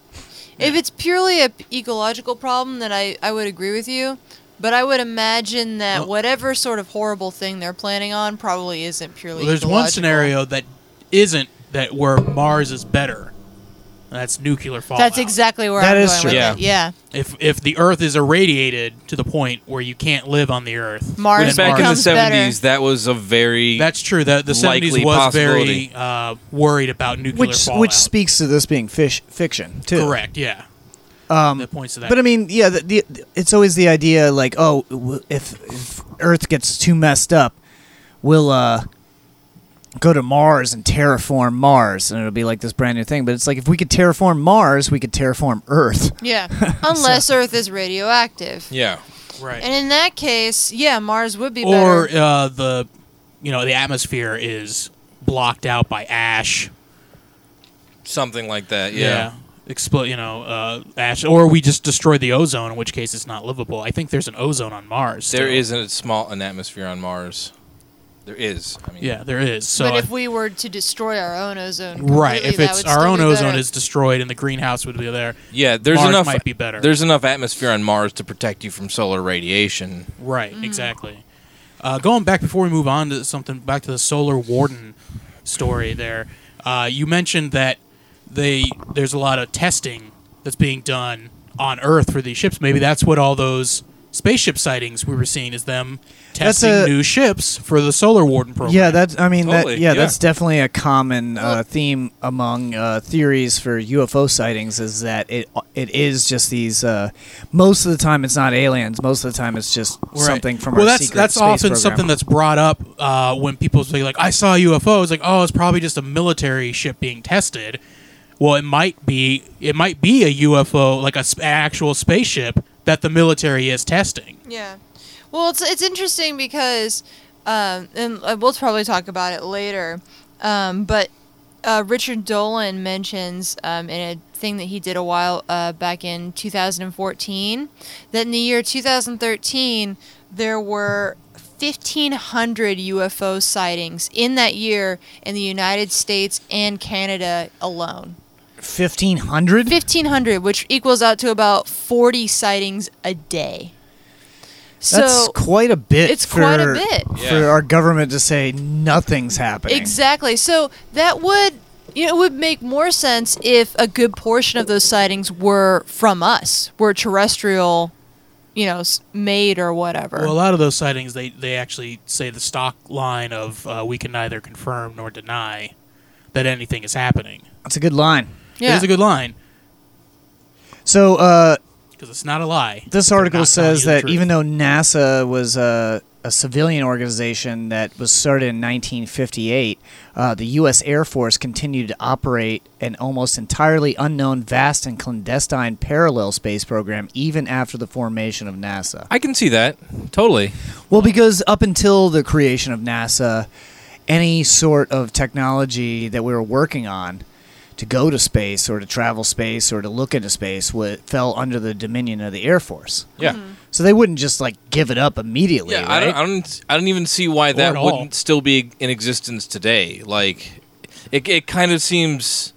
Speaker 9: If it's purely a p- ecological problem, then I, I would agree with you. But I would imagine that whatever sort of horrible thing they're planning on probably isn't purely.
Speaker 5: Well, there's one
Speaker 9: ecological.
Speaker 5: scenario that isn't that where Mars is better. And that's nuclear fallout.
Speaker 9: That's exactly where
Speaker 7: That
Speaker 9: I'm
Speaker 7: is
Speaker 9: going
Speaker 7: true.
Speaker 9: with
Speaker 10: Yeah.
Speaker 9: it. Yeah,
Speaker 5: If if the Earth is irradiated to the point where you can't live on the Earth, then
Speaker 9: Mars
Speaker 10: Back in the
Speaker 9: becomes better.
Speaker 10: seventies, that was a very
Speaker 5: That's true. The the seventies
Speaker 10: Likely
Speaker 5: was
Speaker 10: possibility.
Speaker 5: very uh, worried about nuclear
Speaker 7: Which
Speaker 5: fallout.
Speaker 7: which speaks to this being fish fiction too.
Speaker 5: Correct. Yeah. Um, that points to that.
Speaker 7: But I mean, yeah, the, the, it's always the idea like, oh, w- if, if Earth gets too messed up, we'll uh, go to Mars and terraform Mars, and it'll be like this brand new thing. But it's like if we could terraform Mars, we could terraform Earth.
Speaker 9: Yeah, unless Earth is radioactive,
Speaker 10: yeah.
Speaker 5: right.
Speaker 9: and in that case, yeah, Mars would be
Speaker 5: or
Speaker 9: better.
Speaker 5: uh, the, you know, the atmosphere is blocked out by ash.
Speaker 10: Something like that. Yeah.
Speaker 5: Explo- you know, uh, ash, or we just destroy the ozone, in which case it's not livable. I think there's an ozone on Mars.
Speaker 10: There
Speaker 5: still.
Speaker 10: is a small an atmosphere on Mars. There is. I mean
Speaker 5: Yeah, there is. So,
Speaker 9: but
Speaker 5: I-
Speaker 9: if we were to destroy our own ozone,
Speaker 5: right,
Speaker 9: completely,
Speaker 5: if
Speaker 9: that
Speaker 5: it's
Speaker 9: would
Speaker 5: our
Speaker 9: still
Speaker 5: own
Speaker 9: be
Speaker 5: ozone
Speaker 9: better.
Speaker 5: is destroyed and the greenhouse would be there,
Speaker 10: Yeah, there's
Speaker 5: Mars
Speaker 10: enough
Speaker 5: might be better.
Speaker 10: There's enough atmosphere on Mars to protect you from solar radiation.
Speaker 5: Right, exactly. Uh, going back before we move on to something, back to the Solar Warden story there. Uh, you mentioned that they there's a lot of testing that's being done on Earth for these ships. Maybe that's what all those spaceship sightings we were seeing is them
Speaker 7: That's
Speaker 5: testing
Speaker 7: a-
Speaker 5: new ships for the Solar Warden program.
Speaker 7: Yeah, that's. I mean,
Speaker 5: Totally,
Speaker 7: that, yeah,
Speaker 5: yeah.
Speaker 7: that's definitely a common uh, theme among uh, theories for UFO sightings. Is that it? It is just these. Uh, most of the time, it's not aliens. Most of the time, it's just
Speaker 5: Right.
Speaker 7: something from
Speaker 5: well,
Speaker 7: our
Speaker 5: that's
Speaker 7: secret
Speaker 5: that's
Speaker 7: space
Speaker 5: often
Speaker 7: program.
Speaker 5: something that's brought up uh, when people say like, "I saw a UFO." It's like, "Oh, it's probably just a military ship being tested." Well, it might be it might be a UFO, like a sp- actual spaceship that the military is testing.
Speaker 9: Yeah. Well, it's it's interesting because, um, and uh, we'll probably talk about it later, um, but uh, Richard Dolan mentions um, in a thing that he did a while uh, back in 2014 that in the year 2013 there were 1,500 UFO sightings in that year in the United States and Canada alone.
Speaker 7: Fifteen hundred.
Speaker 9: 1,500, which equals out to about 40 sightings a day. So
Speaker 7: that's quite a bit.
Speaker 9: it's
Speaker 7: for,
Speaker 9: quite a bit.
Speaker 7: for our government to say nothing's happening.
Speaker 9: Exactly. So that would you know it would make more sense if a good portion of those sightings were from us, were terrestrial, you know, s- made or whatever.
Speaker 5: Well, a lot of those sightings, they, they actually say the stock line of uh, "We can neither confirm nor deny that anything is happening."
Speaker 7: That's a good line.
Speaker 5: It is a good line
Speaker 7: So uh,
Speaker 5: because it's not a lie.
Speaker 7: This
Speaker 5: They're
Speaker 7: article
Speaker 5: not telling you
Speaker 7: says
Speaker 5: the
Speaker 7: that
Speaker 5: truth.
Speaker 7: even though NASA was a, a civilian organization that was started in 1958, uh, the U.S. Air Force continued to operate an almost entirely unknown, vast, and clandestine parallel space program even after the formation of NASA.
Speaker 10: I can see that totally.
Speaker 7: Well, because up until the creation of NASA, any sort of technology that we were working on to go to space or to travel space or to look into space wa fell under the dominion of the Air Force.
Speaker 10: Yeah.
Speaker 7: So they wouldn't just like give it up immediately,
Speaker 10: Yeah, I,
Speaker 7: right?
Speaker 10: don't, I don't. I don't even see why that
Speaker 7: at all.
Speaker 10: wouldn't still be in existence today. Like, it, it kind of seems.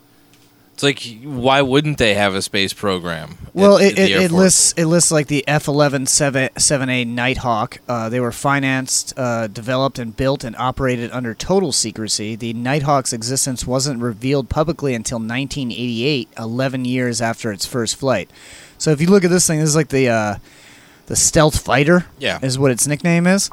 Speaker 10: It's like, why wouldn't they have a space program? at-
Speaker 7: well,
Speaker 10: at
Speaker 7: it,
Speaker 10: the
Speaker 7: it,
Speaker 10: Air
Speaker 7: it
Speaker 10: Force?
Speaker 7: lists it lists like the F 11 7A Nighthawk. Uh, they were financed, uh, developed, and built and operated under total secrecy. The Nighthawk's existence wasn't revealed publicly until 1988, 11 years after its first flight. So if you look at this thing, this is like the uh, the stealth fighter.
Speaker 5: Yeah.
Speaker 7: is what its nickname is.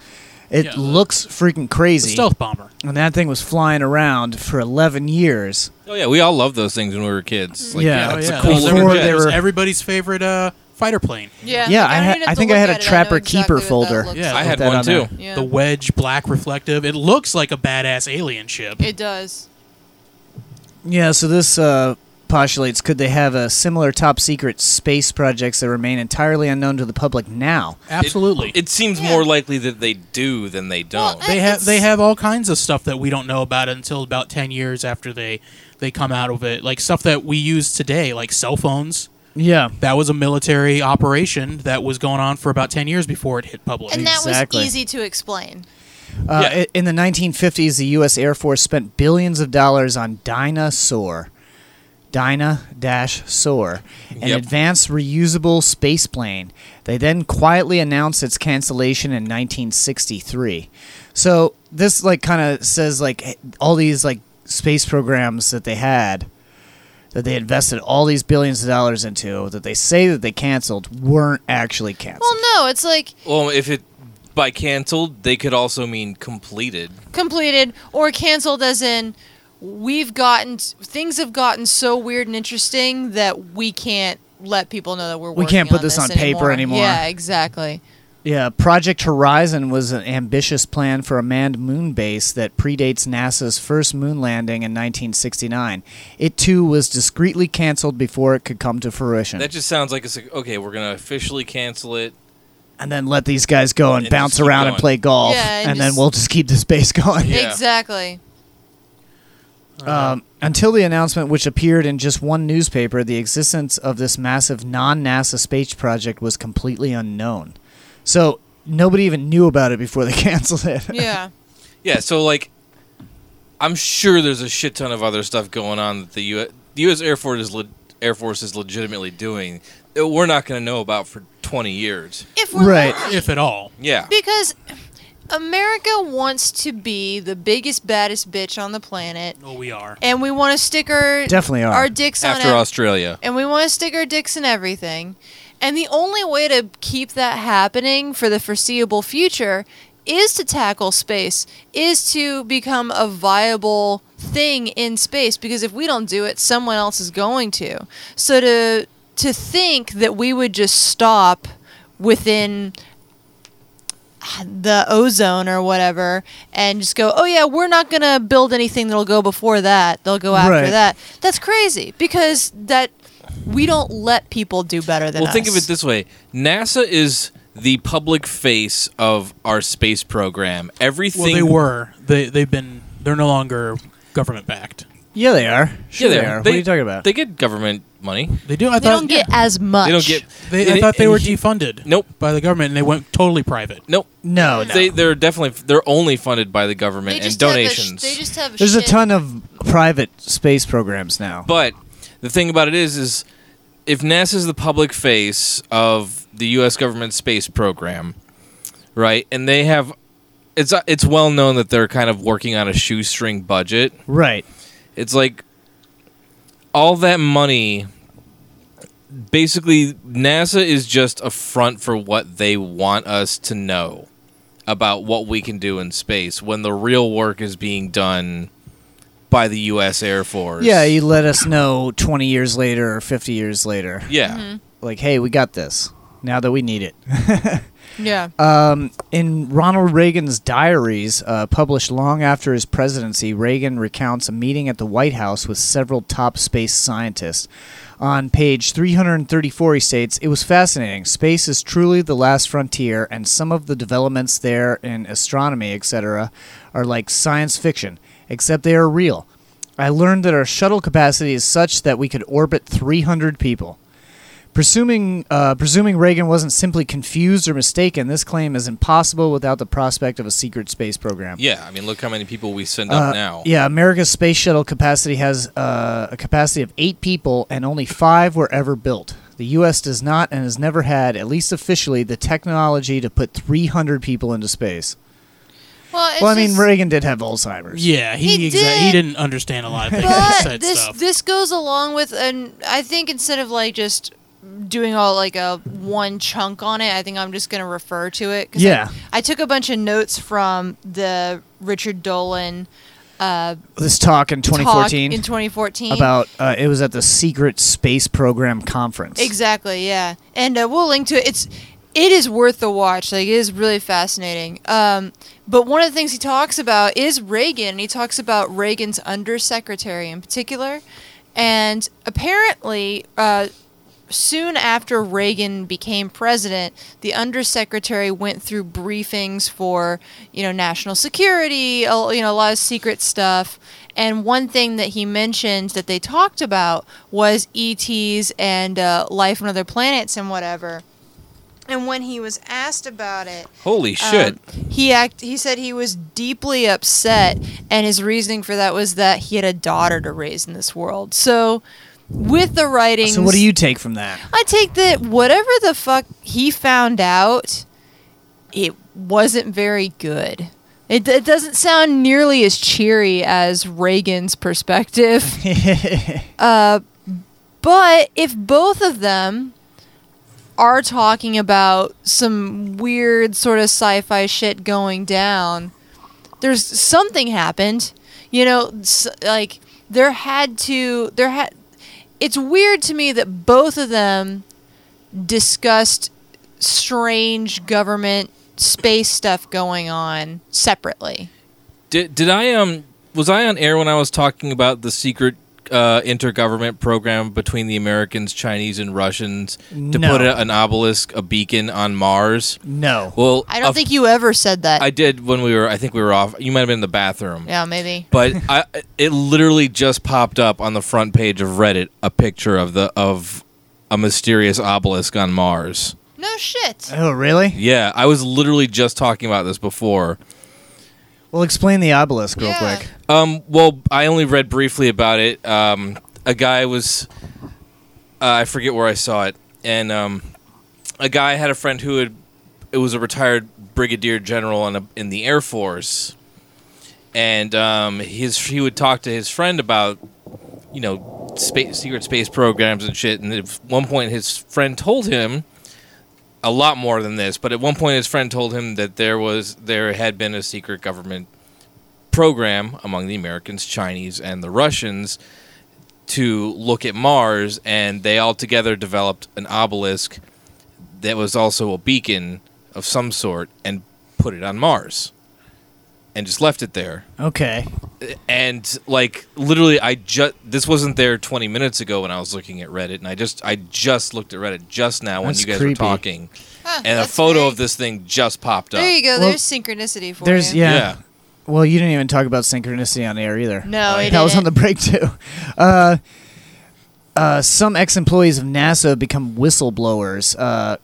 Speaker 7: It looks freaking crazy.
Speaker 5: The stealth bomber.
Speaker 7: And that thing was flying around for 11 years.
Speaker 10: Oh yeah, we all loved those things when we were kids. Like,
Speaker 7: Yeah.
Speaker 10: yeah,
Speaker 7: Oh,
Speaker 10: it's
Speaker 7: yeah.
Speaker 10: a cool
Speaker 7: Those
Speaker 10: little
Speaker 7: were-
Speaker 10: jet.
Speaker 7: they
Speaker 5: It was
Speaker 7: were-
Speaker 5: everybody's favorite uh, fighter plane.
Speaker 9: Yeah,
Speaker 7: Yeah, like, I I don't ha- even have I to think I look had a at it, I know Trapper exactly Keeper what that folder looks
Speaker 5: Yeah,
Speaker 7: like. I had one, too. Yeah.
Speaker 5: The wedge black reflective. It looks like a badass alien ship.
Speaker 9: it does.
Speaker 7: Yeah, so this uh, postulates could they have a similar top secret space projects that remain entirely unknown to the public now?
Speaker 5: Absolutely.
Speaker 10: It, seems more likely that they do than they don't.
Speaker 5: they have they have all kinds of stuff that we don't know about until about 10 years after they they come out of it like stuff that we use today like cell phones
Speaker 7: Yeah.
Speaker 5: that was a military operation that was going on for about 10 years before it hit public
Speaker 9: And that was easy to explain.
Speaker 7: Uh, i- In the 1950s, the U.S. Air Force spent billions of dollars on Dinosaur, Dyna Dash Soar, an
Speaker 11: Yep.
Speaker 7: advanced reusable space plane. They then quietly announced its cancellation in 1963. So this like kind of says like h- all these like space programs that they had that they invested all these billions of dollars into that they say that they canceled weren't actually canceled.
Speaker 9: Well, no, it's like
Speaker 10: Well, if it by canceled, they could also mean completed.
Speaker 9: completed or canceled as in we've gotten things have gotten so weird and interesting that we can't let people know that we're
Speaker 7: We
Speaker 9: working
Speaker 7: can't put
Speaker 9: on
Speaker 7: this on paper anymore.
Speaker 9: Yeah, exactly.
Speaker 7: Yeah, Project Horizon was an ambitious plan for a manned moon base that predates NASA's first moon landing in 1969. It too was discreetly canceled before it could come to fruition.
Speaker 10: That just sounds like it's like, okay, we're gonna officially cancel it.
Speaker 7: and then let these guys go and,
Speaker 10: And
Speaker 7: bounce
Speaker 10: just keep
Speaker 7: around and
Speaker 10: going.
Speaker 7: play golf,
Speaker 9: Yeah,
Speaker 7: and,
Speaker 9: and
Speaker 7: then
Speaker 9: just-
Speaker 7: we'll just keep the space going.
Speaker 9: Exactly.
Speaker 7: Um, until the announcement, which appeared in just one newspaper, the existence of this massive non NASA space project was completely unknown. So nobody even knew about it before they canceled it.
Speaker 9: Yeah.
Speaker 10: Yeah, so like, I'm sure there's a shit ton of other stuff going on that the U.S. The U.S. Air Force is le- Air Force is legitimately doing that we're not gonna know about for 20 years.
Speaker 9: If we're
Speaker 7: Right.
Speaker 5: if at all.
Speaker 10: Yeah.
Speaker 9: Because America wants to be the biggest baddest bitch on the planet.
Speaker 5: Well, Oh, we are.
Speaker 9: And we want to stick our
Speaker 7: Definitely are.
Speaker 9: our dicks
Speaker 10: After
Speaker 9: on ev-
Speaker 10: Australia.
Speaker 9: And we want to stick our dicks in everything. And the only way to keep that happening for the foreseeable future is to tackle space, is to become a viable thing in space because if we don't do it, someone else is going to. So to to think that we would just stop within the ozone or whatever and just go, oh yeah, we're not gonna build anything that'll go before that. They'll go after
Speaker 10: Right.
Speaker 9: that. That's crazy because that we don't let people do better than
Speaker 10: well,
Speaker 9: us.
Speaker 10: think of it this way: NASA is the public face of our space program. Everything
Speaker 5: Well, they were. They they've been. They're no longer government backed.
Speaker 7: Yeah, they are. Sure
Speaker 10: yeah,
Speaker 7: they are. What are you talking about?
Speaker 10: They get government money.
Speaker 5: They do. I
Speaker 9: they
Speaker 5: thought
Speaker 9: don't get as much.
Speaker 10: They don't get.
Speaker 5: They, I
Speaker 10: and-
Speaker 5: thought they
Speaker 10: and
Speaker 5: were
Speaker 10: he-
Speaker 5: defunded.
Speaker 10: Nope.
Speaker 5: By the government, and they went totally private.
Speaker 10: Nope.
Speaker 7: No,
Speaker 10: They they're definitely they're only funded by the government and donations.
Speaker 9: They just have
Speaker 7: There's a ton of private space programs now.
Speaker 10: But the thing about it is, is if NASA's the public face of the U.S. government space program, right? And they have, it's it's well known that they're kind of working on a shoestring budget.
Speaker 7: Right.
Speaker 10: It's like all that money. Basically, NASA is just a front for what they want us to know about what we can do in space when the real work is being done by the U.S. Air Force.
Speaker 7: Yeah, you let us know 20 years later or 50 years later.
Speaker 10: Yeah. Mhm.
Speaker 7: Like, hey, we got this now that we need it.
Speaker 9: Yeah.
Speaker 7: Um, in Ronald Reagan's diaries, uh, published long after his presidency, Reagan recounts a meeting at the White House with several top space scientists. On page 334, he states, It was fascinating. Space is truly the last frontier, and some of the developments there in astronomy, etc., are like science fiction, except they are real. I learned that our shuttle capacity is such that we could orbit 300 people. Presuming, uh, presuming Reagan wasn't simply confused or mistaken, this claim is impossible without the prospect of a secret space program.
Speaker 10: Yeah, I mean, look how many people we send
Speaker 7: Uh,
Speaker 10: up now.
Speaker 7: Yeah, America's space shuttle capacity has uh, a capacity of eight people, and only five were ever built. The U.S. does not and has never had, at least officially, the technology to put 300 people into space.
Speaker 9: Well, it's
Speaker 7: well, I mean,
Speaker 9: just-
Speaker 7: Reagan did have Alzheimer's.
Speaker 5: Yeah, he he,
Speaker 9: did.
Speaker 5: he didn't understand a lot of things. he
Speaker 9: but
Speaker 5: said
Speaker 9: this
Speaker 5: stuff.
Speaker 9: this goes along with and I think instead of like just doing all like a one chunk on it, I think I'm just gonna refer to it. 'cause I-
Speaker 7: Yeah.
Speaker 9: I, took a bunch of notes from the Richard Dolan. Uh,
Speaker 7: This talk in 2014.
Speaker 9: in 2014.
Speaker 7: About, uh, it was at the Secret Space Program Conference.
Speaker 9: Exactly, yeah. And uh, we'll link to it. It's it is worth the watch. Like it is really fascinating. Um, but one of the things he talks about is Reagan. and He talks about Reagan's undersecretary in particular, and apparently. Uh, Soon after Reagan became president, the undersecretary went through briefings for, you know, national security, a- you know, a lot of secret stuff. And one thing that he mentioned that they talked about was ETs and uh, life on other planets and whatever. And when he was asked about it, um,
Speaker 10: Holy
Speaker 9: Uh,
Speaker 10: shit.
Speaker 9: he act he said he was deeply upset and his reasoning for that was that he had a daughter to raise in this world. So with the writings
Speaker 7: So, what do you take from that?
Speaker 9: I take that whatever the fuck he found out, it wasn't very good. It, it doesn't sound nearly as cheery as Reagan's perspective. uh, but if both of them are talking about some weird sort of sci-fi shit going down, there's something happened. You know, s- like there had to there had it's weird to me that both of them discussed strange government space stuff going on separately.
Speaker 10: Did, did I um was I on air when I was talking about the secret uh, intergovernment program between the Americans, Chinese, and Russians to
Speaker 7: No.
Speaker 10: put a, an obelisk, a beacon on Mars?
Speaker 7: No.
Speaker 10: Well,
Speaker 9: I don't
Speaker 10: of-
Speaker 9: think you ever said that.
Speaker 10: I did when we were. I think we were off. You might have been in the bathroom.
Speaker 9: yeah, maybe.
Speaker 10: But I, it literally just popped up on the front page of Reddit a picture of the of a mysterious obelisk on Mars.
Speaker 9: No shit.
Speaker 7: Oh, really?
Speaker 10: Yeah, I was literally just talking about this before.
Speaker 7: Well, explain the obelisk real quick.
Speaker 10: Um, well, I only read briefly about it. Um, a guy was, uh, I forget where I saw it, and um, a guy had a friend who had, it was a retired brigadier general in, a, in the Air Force, and um, his he would talk to his friend about, you know, space, secret space programs and shit. And at one point, his friend told him a lot more than this, but at one point, his friend told him that there was there had been a secret government program among the Americans, Chinese, and the Russians to look at Mars, and they all together developed an obelisk that was also a beacon of some sort and put it on Mars and just left it there
Speaker 7: Okay.
Speaker 10: and like literally i just this wasn't there 20 minutes ago when i was looking at reddit and i just i just looked at reddit just now when
Speaker 7: That's
Speaker 10: you guys were
Speaker 7: creepy.
Speaker 10: talking
Speaker 9: Huh,
Speaker 10: and a
Speaker 9: that's
Speaker 10: photo
Speaker 9: great.
Speaker 10: of this thing just popped up
Speaker 9: There you go.
Speaker 7: Well,
Speaker 9: there's synchronicity for
Speaker 7: There's
Speaker 9: you.
Speaker 7: yeah.
Speaker 10: Yeah.
Speaker 7: Well, you didn't even talk about synchronicity on the air either.
Speaker 9: No,
Speaker 7: that
Speaker 9: it
Speaker 7: was on the
Speaker 9: didn't.
Speaker 7: break too. Uh, uh, some ex-employees of NASA have become whistleblowers. Uh,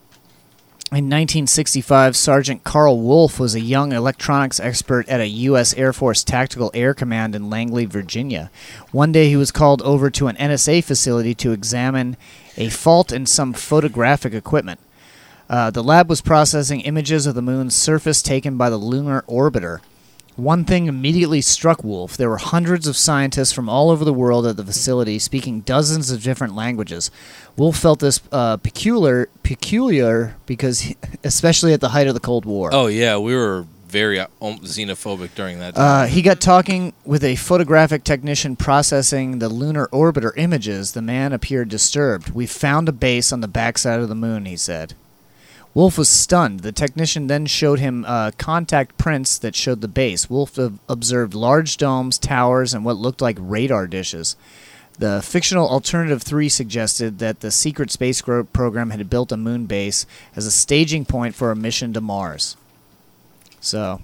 Speaker 7: in 1965, Sergeant Carl Wolf was a young electronics expert at a U.S. Air Force Tactical Air Command in Langley, Virginia. One day, he was called over to an NSA facility to examine a fault in some photographic equipment. Uh, the lab was processing images of the moon's surface taken by the lunar orbiter. One thing immediately struck Wolf. There were hundreds of scientists from all over the world at the facility speaking dozens of different languages. Wolf felt this uh, peculiar, peculiar because, he, especially at the height of the Cold War.
Speaker 10: oh yeah we were very uh, um, xenophobic during that time
Speaker 7: Uh, he got talking with a photographic technician processing the lunar orbiter images. The man appeared disturbed. We found a base on the backside of the moon, he said. Wolf was stunned. The technician then showed him uh, contact prints that showed the base. Wolf ob- observed large domes, towers, and what looked like radar dishes. The fictional Alternative 3 suggested that the secret space gro- program had built a moon base as a staging point for a mission to Mars. So,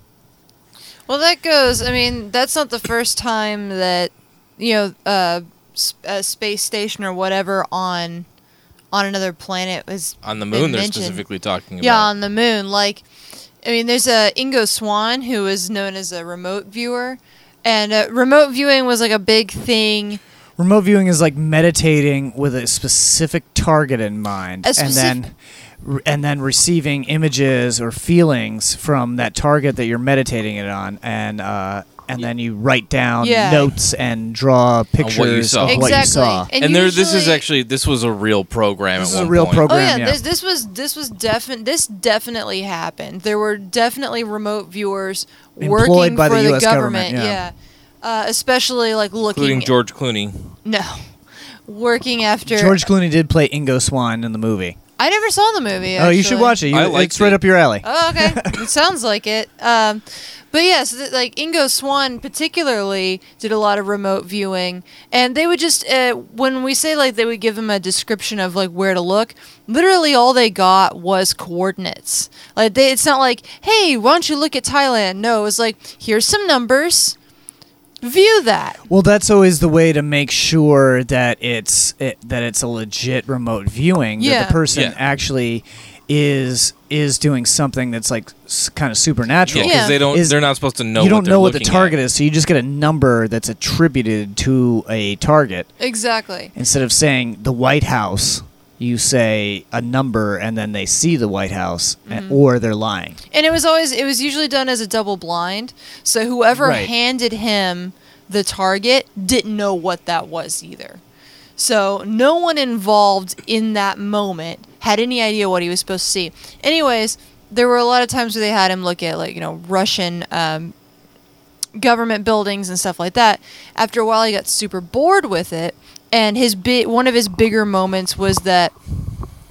Speaker 9: Well, that goes. I mean, that's not the first time that you know uh, s- a space station or whatever on on another planet was
Speaker 10: on the
Speaker 9: been
Speaker 10: moon they're
Speaker 9: mentioned.
Speaker 10: specifically talking about
Speaker 9: Yeah, on the moon. Like, I mean, there's a Ingo Swan who is known as a remote viewer, and uh, remote viewing was like a big thing.
Speaker 7: Remote viewing is like meditating with a specific target in mind,
Speaker 9: A specif-
Speaker 7: and then re- and then receiving images or feelings from that target that you're meditating it on, and uh, and then you write down
Speaker 9: Yeah.
Speaker 7: notes and draw pictures
Speaker 10: saw.
Speaker 7: of what you
Speaker 9: Exactly.
Speaker 7: saw.
Speaker 9: And
Speaker 10: and, there this is
Speaker 9: usually-
Speaker 10: actually this was a real program
Speaker 7: This
Speaker 10: at
Speaker 7: is a
Speaker 10: one
Speaker 7: real
Speaker 10: point.
Speaker 7: program.
Speaker 9: Oh yeah,
Speaker 7: yeah.
Speaker 9: This, this was this was definite. This definitely happened. There were definitely remote viewers
Speaker 7: Employed
Speaker 9: working
Speaker 7: by the
Speaker 9: for the
Speaker 7: US government,
Speaker 9: government.
Speaker 7: yeah.
Speaker 9: yeah, Uh, especially like looking.
Speaker 10: including george clooney
Speaker 9: No, working after.
Speaker 7: George Clooney did play Ingo Swan in the movie.
Speaker 9: I never saw the movie.
Speaker 7: Oh, you should
Speaker 9: actually.
Speaker 7: watch it. You,
Speaker 10: I liked
Speaker 7: it's right
Speaker 10: it.
Speaker 7: up your alley.
Speaker 9: Oh, okay. it sounds like it. Um, but yes, th- like Ingo Swan particularly did a lot of remote viewing, and they would just uh, when we say like they would give him a description of like where to look. Literally, all they got was coordinates. Like they, it's not like, hey, why don't you look at Thailand? No, it's like here's some numbers. View that.
Speaker 7: Well, that's always the way to make sure that it's it, that it's a legit remote viewing. That
Speaker 9: Yeah.
Speaker 7: the person
Speaker 10: Yeah.
Speaker 7: actually is is doing something that's like s- kind of supernatural.
Speaker 10: yeah because
Speaker 9: Yeah.
Speaker 10: they don't
Speaker 7: Is-
Speaker 10: they're not supposed to know
Speaker 7: you don't
Speaker 10: what they're
Speaker 7: know what the
Speaker 10: looking
Speaker 7: target
Speaker 10: at.
Speaker 7: is, so you just get a number that's attributed to a target
Speaker 9: Exactly.
Speaker 7: instead of saying the White House. You say a number, and then they see the White House, a- or they're lying.
Speaker 9: And it was always it was usually done as a double blind. So whoever
Speaker 7: Right.
Speaker 9: handed him the target didn't know what that was either. So no one involved in that moment had any idea what he was supposed to see. Anyways, there were a lot of times where they had him look at like you know Russian um, government buildings and stuff like that. After a while, he got super bored with it, and his bi- one of his bigger moments was that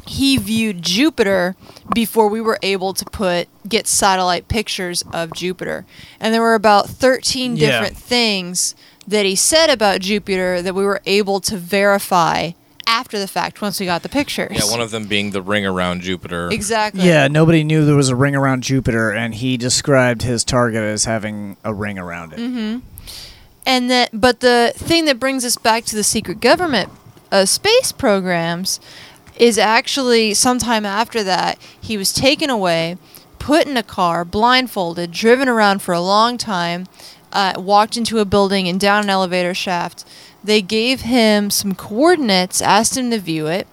Speaker 9: he viewed Jupiter before we were able to put get satellite pictures of Jupiter. And there were about 13
Speaker 7: Yeah.
Speaker 9: different things that he said about Jupiter that we were able to verify after the fact once we got the pictures.
Speaker 10: yeah one of them being the ring around jupiter
Speaker 9: exactly.
Speaker 7: Yeah, nobody knew there was a ring around Jupiter, and he described his target as having a ring around it.
Speaker 9: And that, but the thing that brings us back to the secret government uh, space programs is actually sometime after that he was taken away, put in a car, blindfolded, driven around for a long time, uh, walked into a building and down an elevator shaft. They gave him some coordinates, asked him to view it.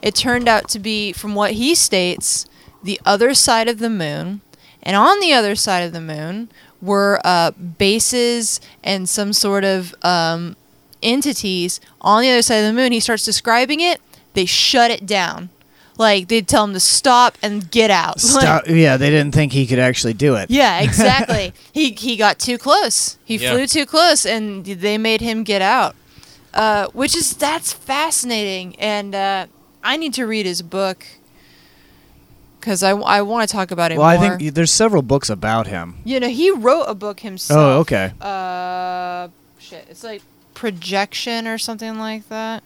Speaker 9: It turned out to be, from what he states, the other side of the moon. And on the other side of the moon were uh, bases and some sort of um, entities on the other side of the moon. He starts describing it. They shut it down. Like they'd tell him to stop and get out. Like-
Speaker 7: Stop. Yeah, they didn't think he could actually do it.
Speaker 9: yeah, exactly. he he got too close. He
Speaker 7: Yeah.
Speaker 9: flew too close, and they made him get out. Uh, which is that's fascinating, and uh, I need to read his book because I, I want to talk about it
Speaker 7: well, I
Speaker 9: more.
Speaker 7: think there's several books about him.
Speaker 9: you know he wrote a book himself.
Speaker 7: Oh, okay.
Speaker 9: Uh, shit, it's like projection or something like that.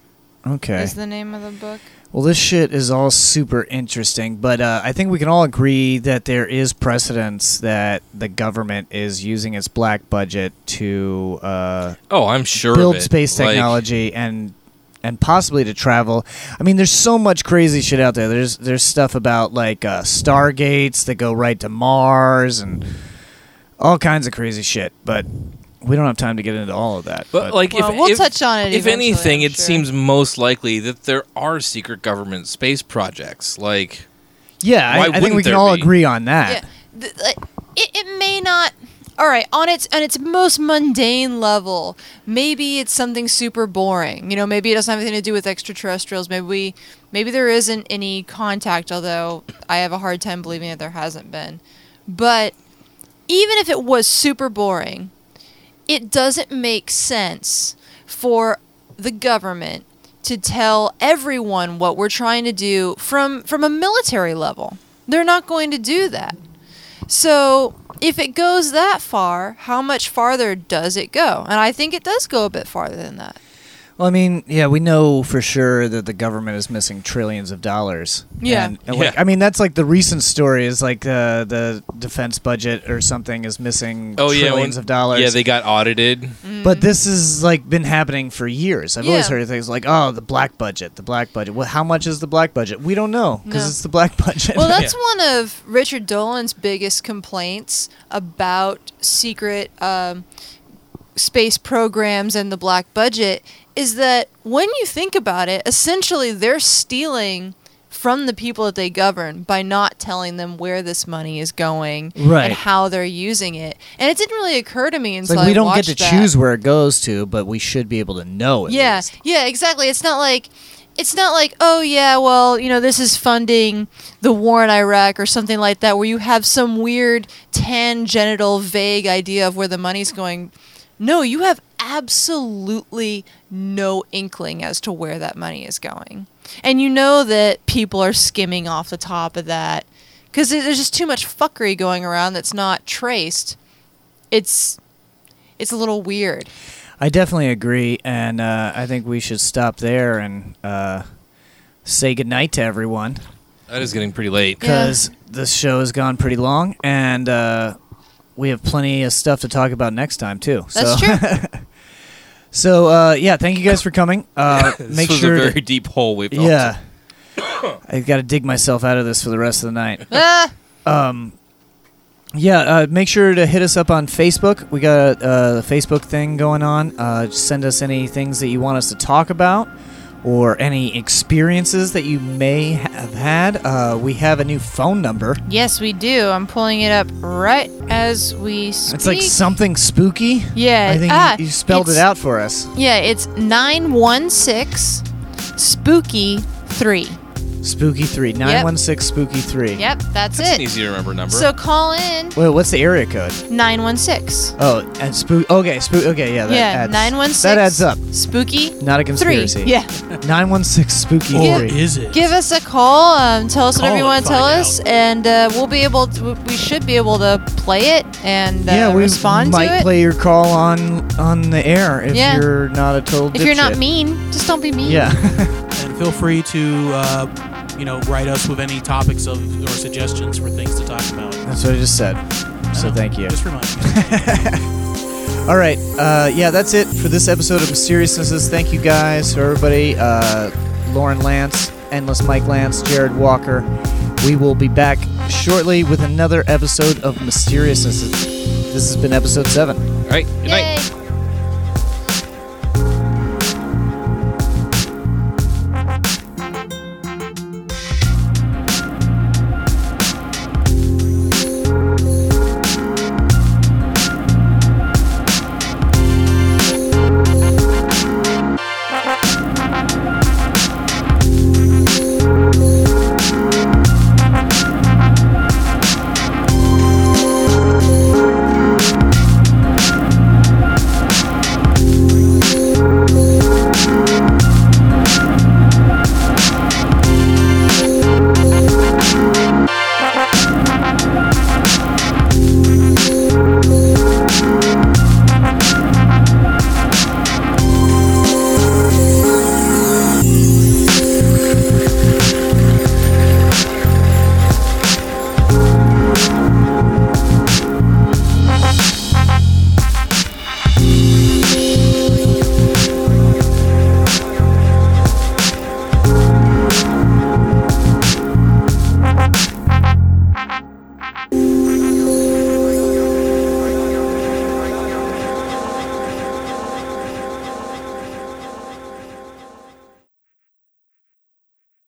Speaker 7: Okay.
Speaker 9: Is the name of the book?
Speaker 7: Well, this shit is all super interesting, but uh, I think we can all agree that there is precedence that the government is using its black budget to uh,
Speaker 10: Oh, I'm sure of
Speaker 7: build
Speaker 10: it.
Speaker 7: space
Speaker 10: Like-
Speaker 7: technology and and possibly to travel. I mean, there's so much crazy shit out there. There's there's stuff about like uh, stargates that go right to Mars and all kinds of crazy shit, but we don't have time to get into all of that.
Speaker 10: But like,
Speaker 9: Well,
Speaker 10: if,
Speaker 9: we'll
Speaker 10: if-
Speaker 9: touch on it
Speaker 10: If
Speaker 9: eventually,
Speaker 10: anything,
Speaker 9: I'm
Speaker 10: it seems most likely that there are secret government space projects. Like,
Speaker 7: yeah, I,
Speaker 10: why
Speaker 7: I think
Speaker 10: wouldn't
Speaker 7: we can
Speaker 10: there
Speaker 7: all
Speaker 10: be?
Speaker 7: agree on that.
Speaker 9: Yeah, th- like, it, it may not. All right, on its on its most mundane level, maybe it's something super boring. You know, maybe it doesn't have anything to do with extraterrestrials. Maybe we, maybe there isn't any contact. Although I have a hard time believing that there hasn't been. But even if it was super boring, it doesn't make sense for the government to tell everyone what we're trying to do from from a military level. They're not going to do that. So if it goes that far, how much farther does it go? And I think it does go a bit farther than that.
Speaker 7: Well, I mean, yeah, we know for sure that the government is missing trillions of dollars.
Speaker 9: Yeah.
Speaker 7: And, and, like,
Speaker 10: Yeah.
Speaker 7: I mean, that's like the recent story is like uh, the defense budget or something is missing
Speaker 10: oh yeah,
Speaker 7: trillions
Speaker 10: when-
Speaker 7: of dollars.
Speaker 10: Yeah, they got audited.
Speaker 9: Mm-hmm.
Speaker 7: But this has like been happening for years. I've always
Speaker 9: Mm. Yeah.
Speaker 7: heard of things like, oh, the black budget, the black budget. Well, how much is the black budget? We don't know because
Speaker 9: No.
Speaker 7: it's the black budget.
Speaker 9: Well, that's one of Richard Dolan's biggest complaints about secret um, space programs and the black budget is that when you think about it, essentially they're stealing from the people that they govern by not telling them where this money is going
Speaker 7: Right.
Speaker 9: and how they're using it. And it didn't really occur to me
Speaker 7: It's
Speaker 9: until
Speaker 7: like we
Speaker 9: I
Speaker 7: don't get to
Speaker 9: watched that.
Speaker 7: choose where it goes to, but we should be able to know. At
Speaker 9: yeah
Speaker 7: least.
Speaker 9: yeah exactly it's not like it's not like oh yeah well you know this is funding the war in iraq or something like that where you have some weird tangential vague idea of where the money's going no you have absolutely no inkling as to where that money is going and you know that people are skimming off the top of that because there's just too much fuckery going around that's not traced it's it's a little weird
Speaker 7: I definitely agree, and uh, I think we should stop there and uh, say goodnight to everyone
Speaker 10: That is getting pretty late.
Speaker 7: because this show has gone pretty long, and uh, we have plenty of stuff to talk about next time too.
Speaker 9: That's
Speaker 7: so, true. so uh, yeah, thank you guys for coming. Uh,
Speaker 10: This
Speaker 7: make
Speaker 10: was
Speaker 7: sure
Speaker 10: a
Speaker 7: to-
Speaker 10: very deep hole we fell.
Speaker 7: yeah. I've got to dig myself out of this for the rest of the night.
Speaker 9: Ah!
Speaker 7: Um, yeah, uh, make sure to hit us up on Facebook. We got a, uh Facebook thing going on. Uh, just send us any things that you want us to talk about or any experiences that you may have had. Uh, we have a new phone number.
Speaker 9: Yes, we do. I'm pulling it up right as we speak.
Speaker 7: It's like something spooky.
Speaker 9: Yeah,
Speaker 7: I think you-
Speaker 9: ah,
Speaker 7: you spelled it
Speaker 9: it's-
Speaker 7: out for us.
Speaker 9: Yeah, it's 916 Spooky 3.
Speaker 7: Spooky 3. 916 Spooky 3.
Speaker 9: Yep, that's,
Speaker 10: That's an
Speaker 9: it.
Speaker 10: easy to remember number.
Speaker 9: So call in
Speaker 7: Wait, what's the area code?
Speaker 9: 916.
Speaker 7: Oh, and spook. Okay, spook. Okay, yeah. That
Speaker 9: yeah,
Speaker 7: adds,
Speaker 9: 916.
Speaker 7: That adds up.
Speaker 9: Spooky
Speaker 7: Not a
Speaker 9: 3.
Speaker 7: conspiracy.
Speaker 9: Yeah.
Speaker 7: 916 Spooky
Speaker 5: Or
Speaker 7: 3.
Speaker 5: is it?
Speaker 9: Give us a call. Um, tell us
Speaker 5: Call
Speaker 9: whatever you
Speaker 5: and
Speaker 9: want to tell
Speaker 5: find
Speaker 9: us, and uh, we'll be able. To, we should be able to play it and uh,
Speaker 7: yeah, we
Speaker 9: respond
Speaker 7: might
Speaker 9: to it.
Speaker 7: play your call on on the air if
Speaker 9: Yeah.
Speaker 7: you're not a total.
Speaker 9: if you're not
Speaker 7: dipshit.
Speaker 9: mean, just don't be mean.
Speaker 7: Yeah.
Speaker 5: And feel free to, uh, you know, write us with any topics of or suggestions for things to talk about.
Speaker 7: That's what I just said. So thank you.
Speaker 5: Just remind me.
Speaker 7: All right. Uh, yeah, that's it for this episode of Mysteriousnesses. Thank you guys for everybody. Uh, Lauren Lance, Endless Mike Lance, Jared Walker. We will be back shortly with another episode of Mysteriousnesses. This has been episode seven.
Speaker 10: All right. Good night.
Speaker 9: Yay.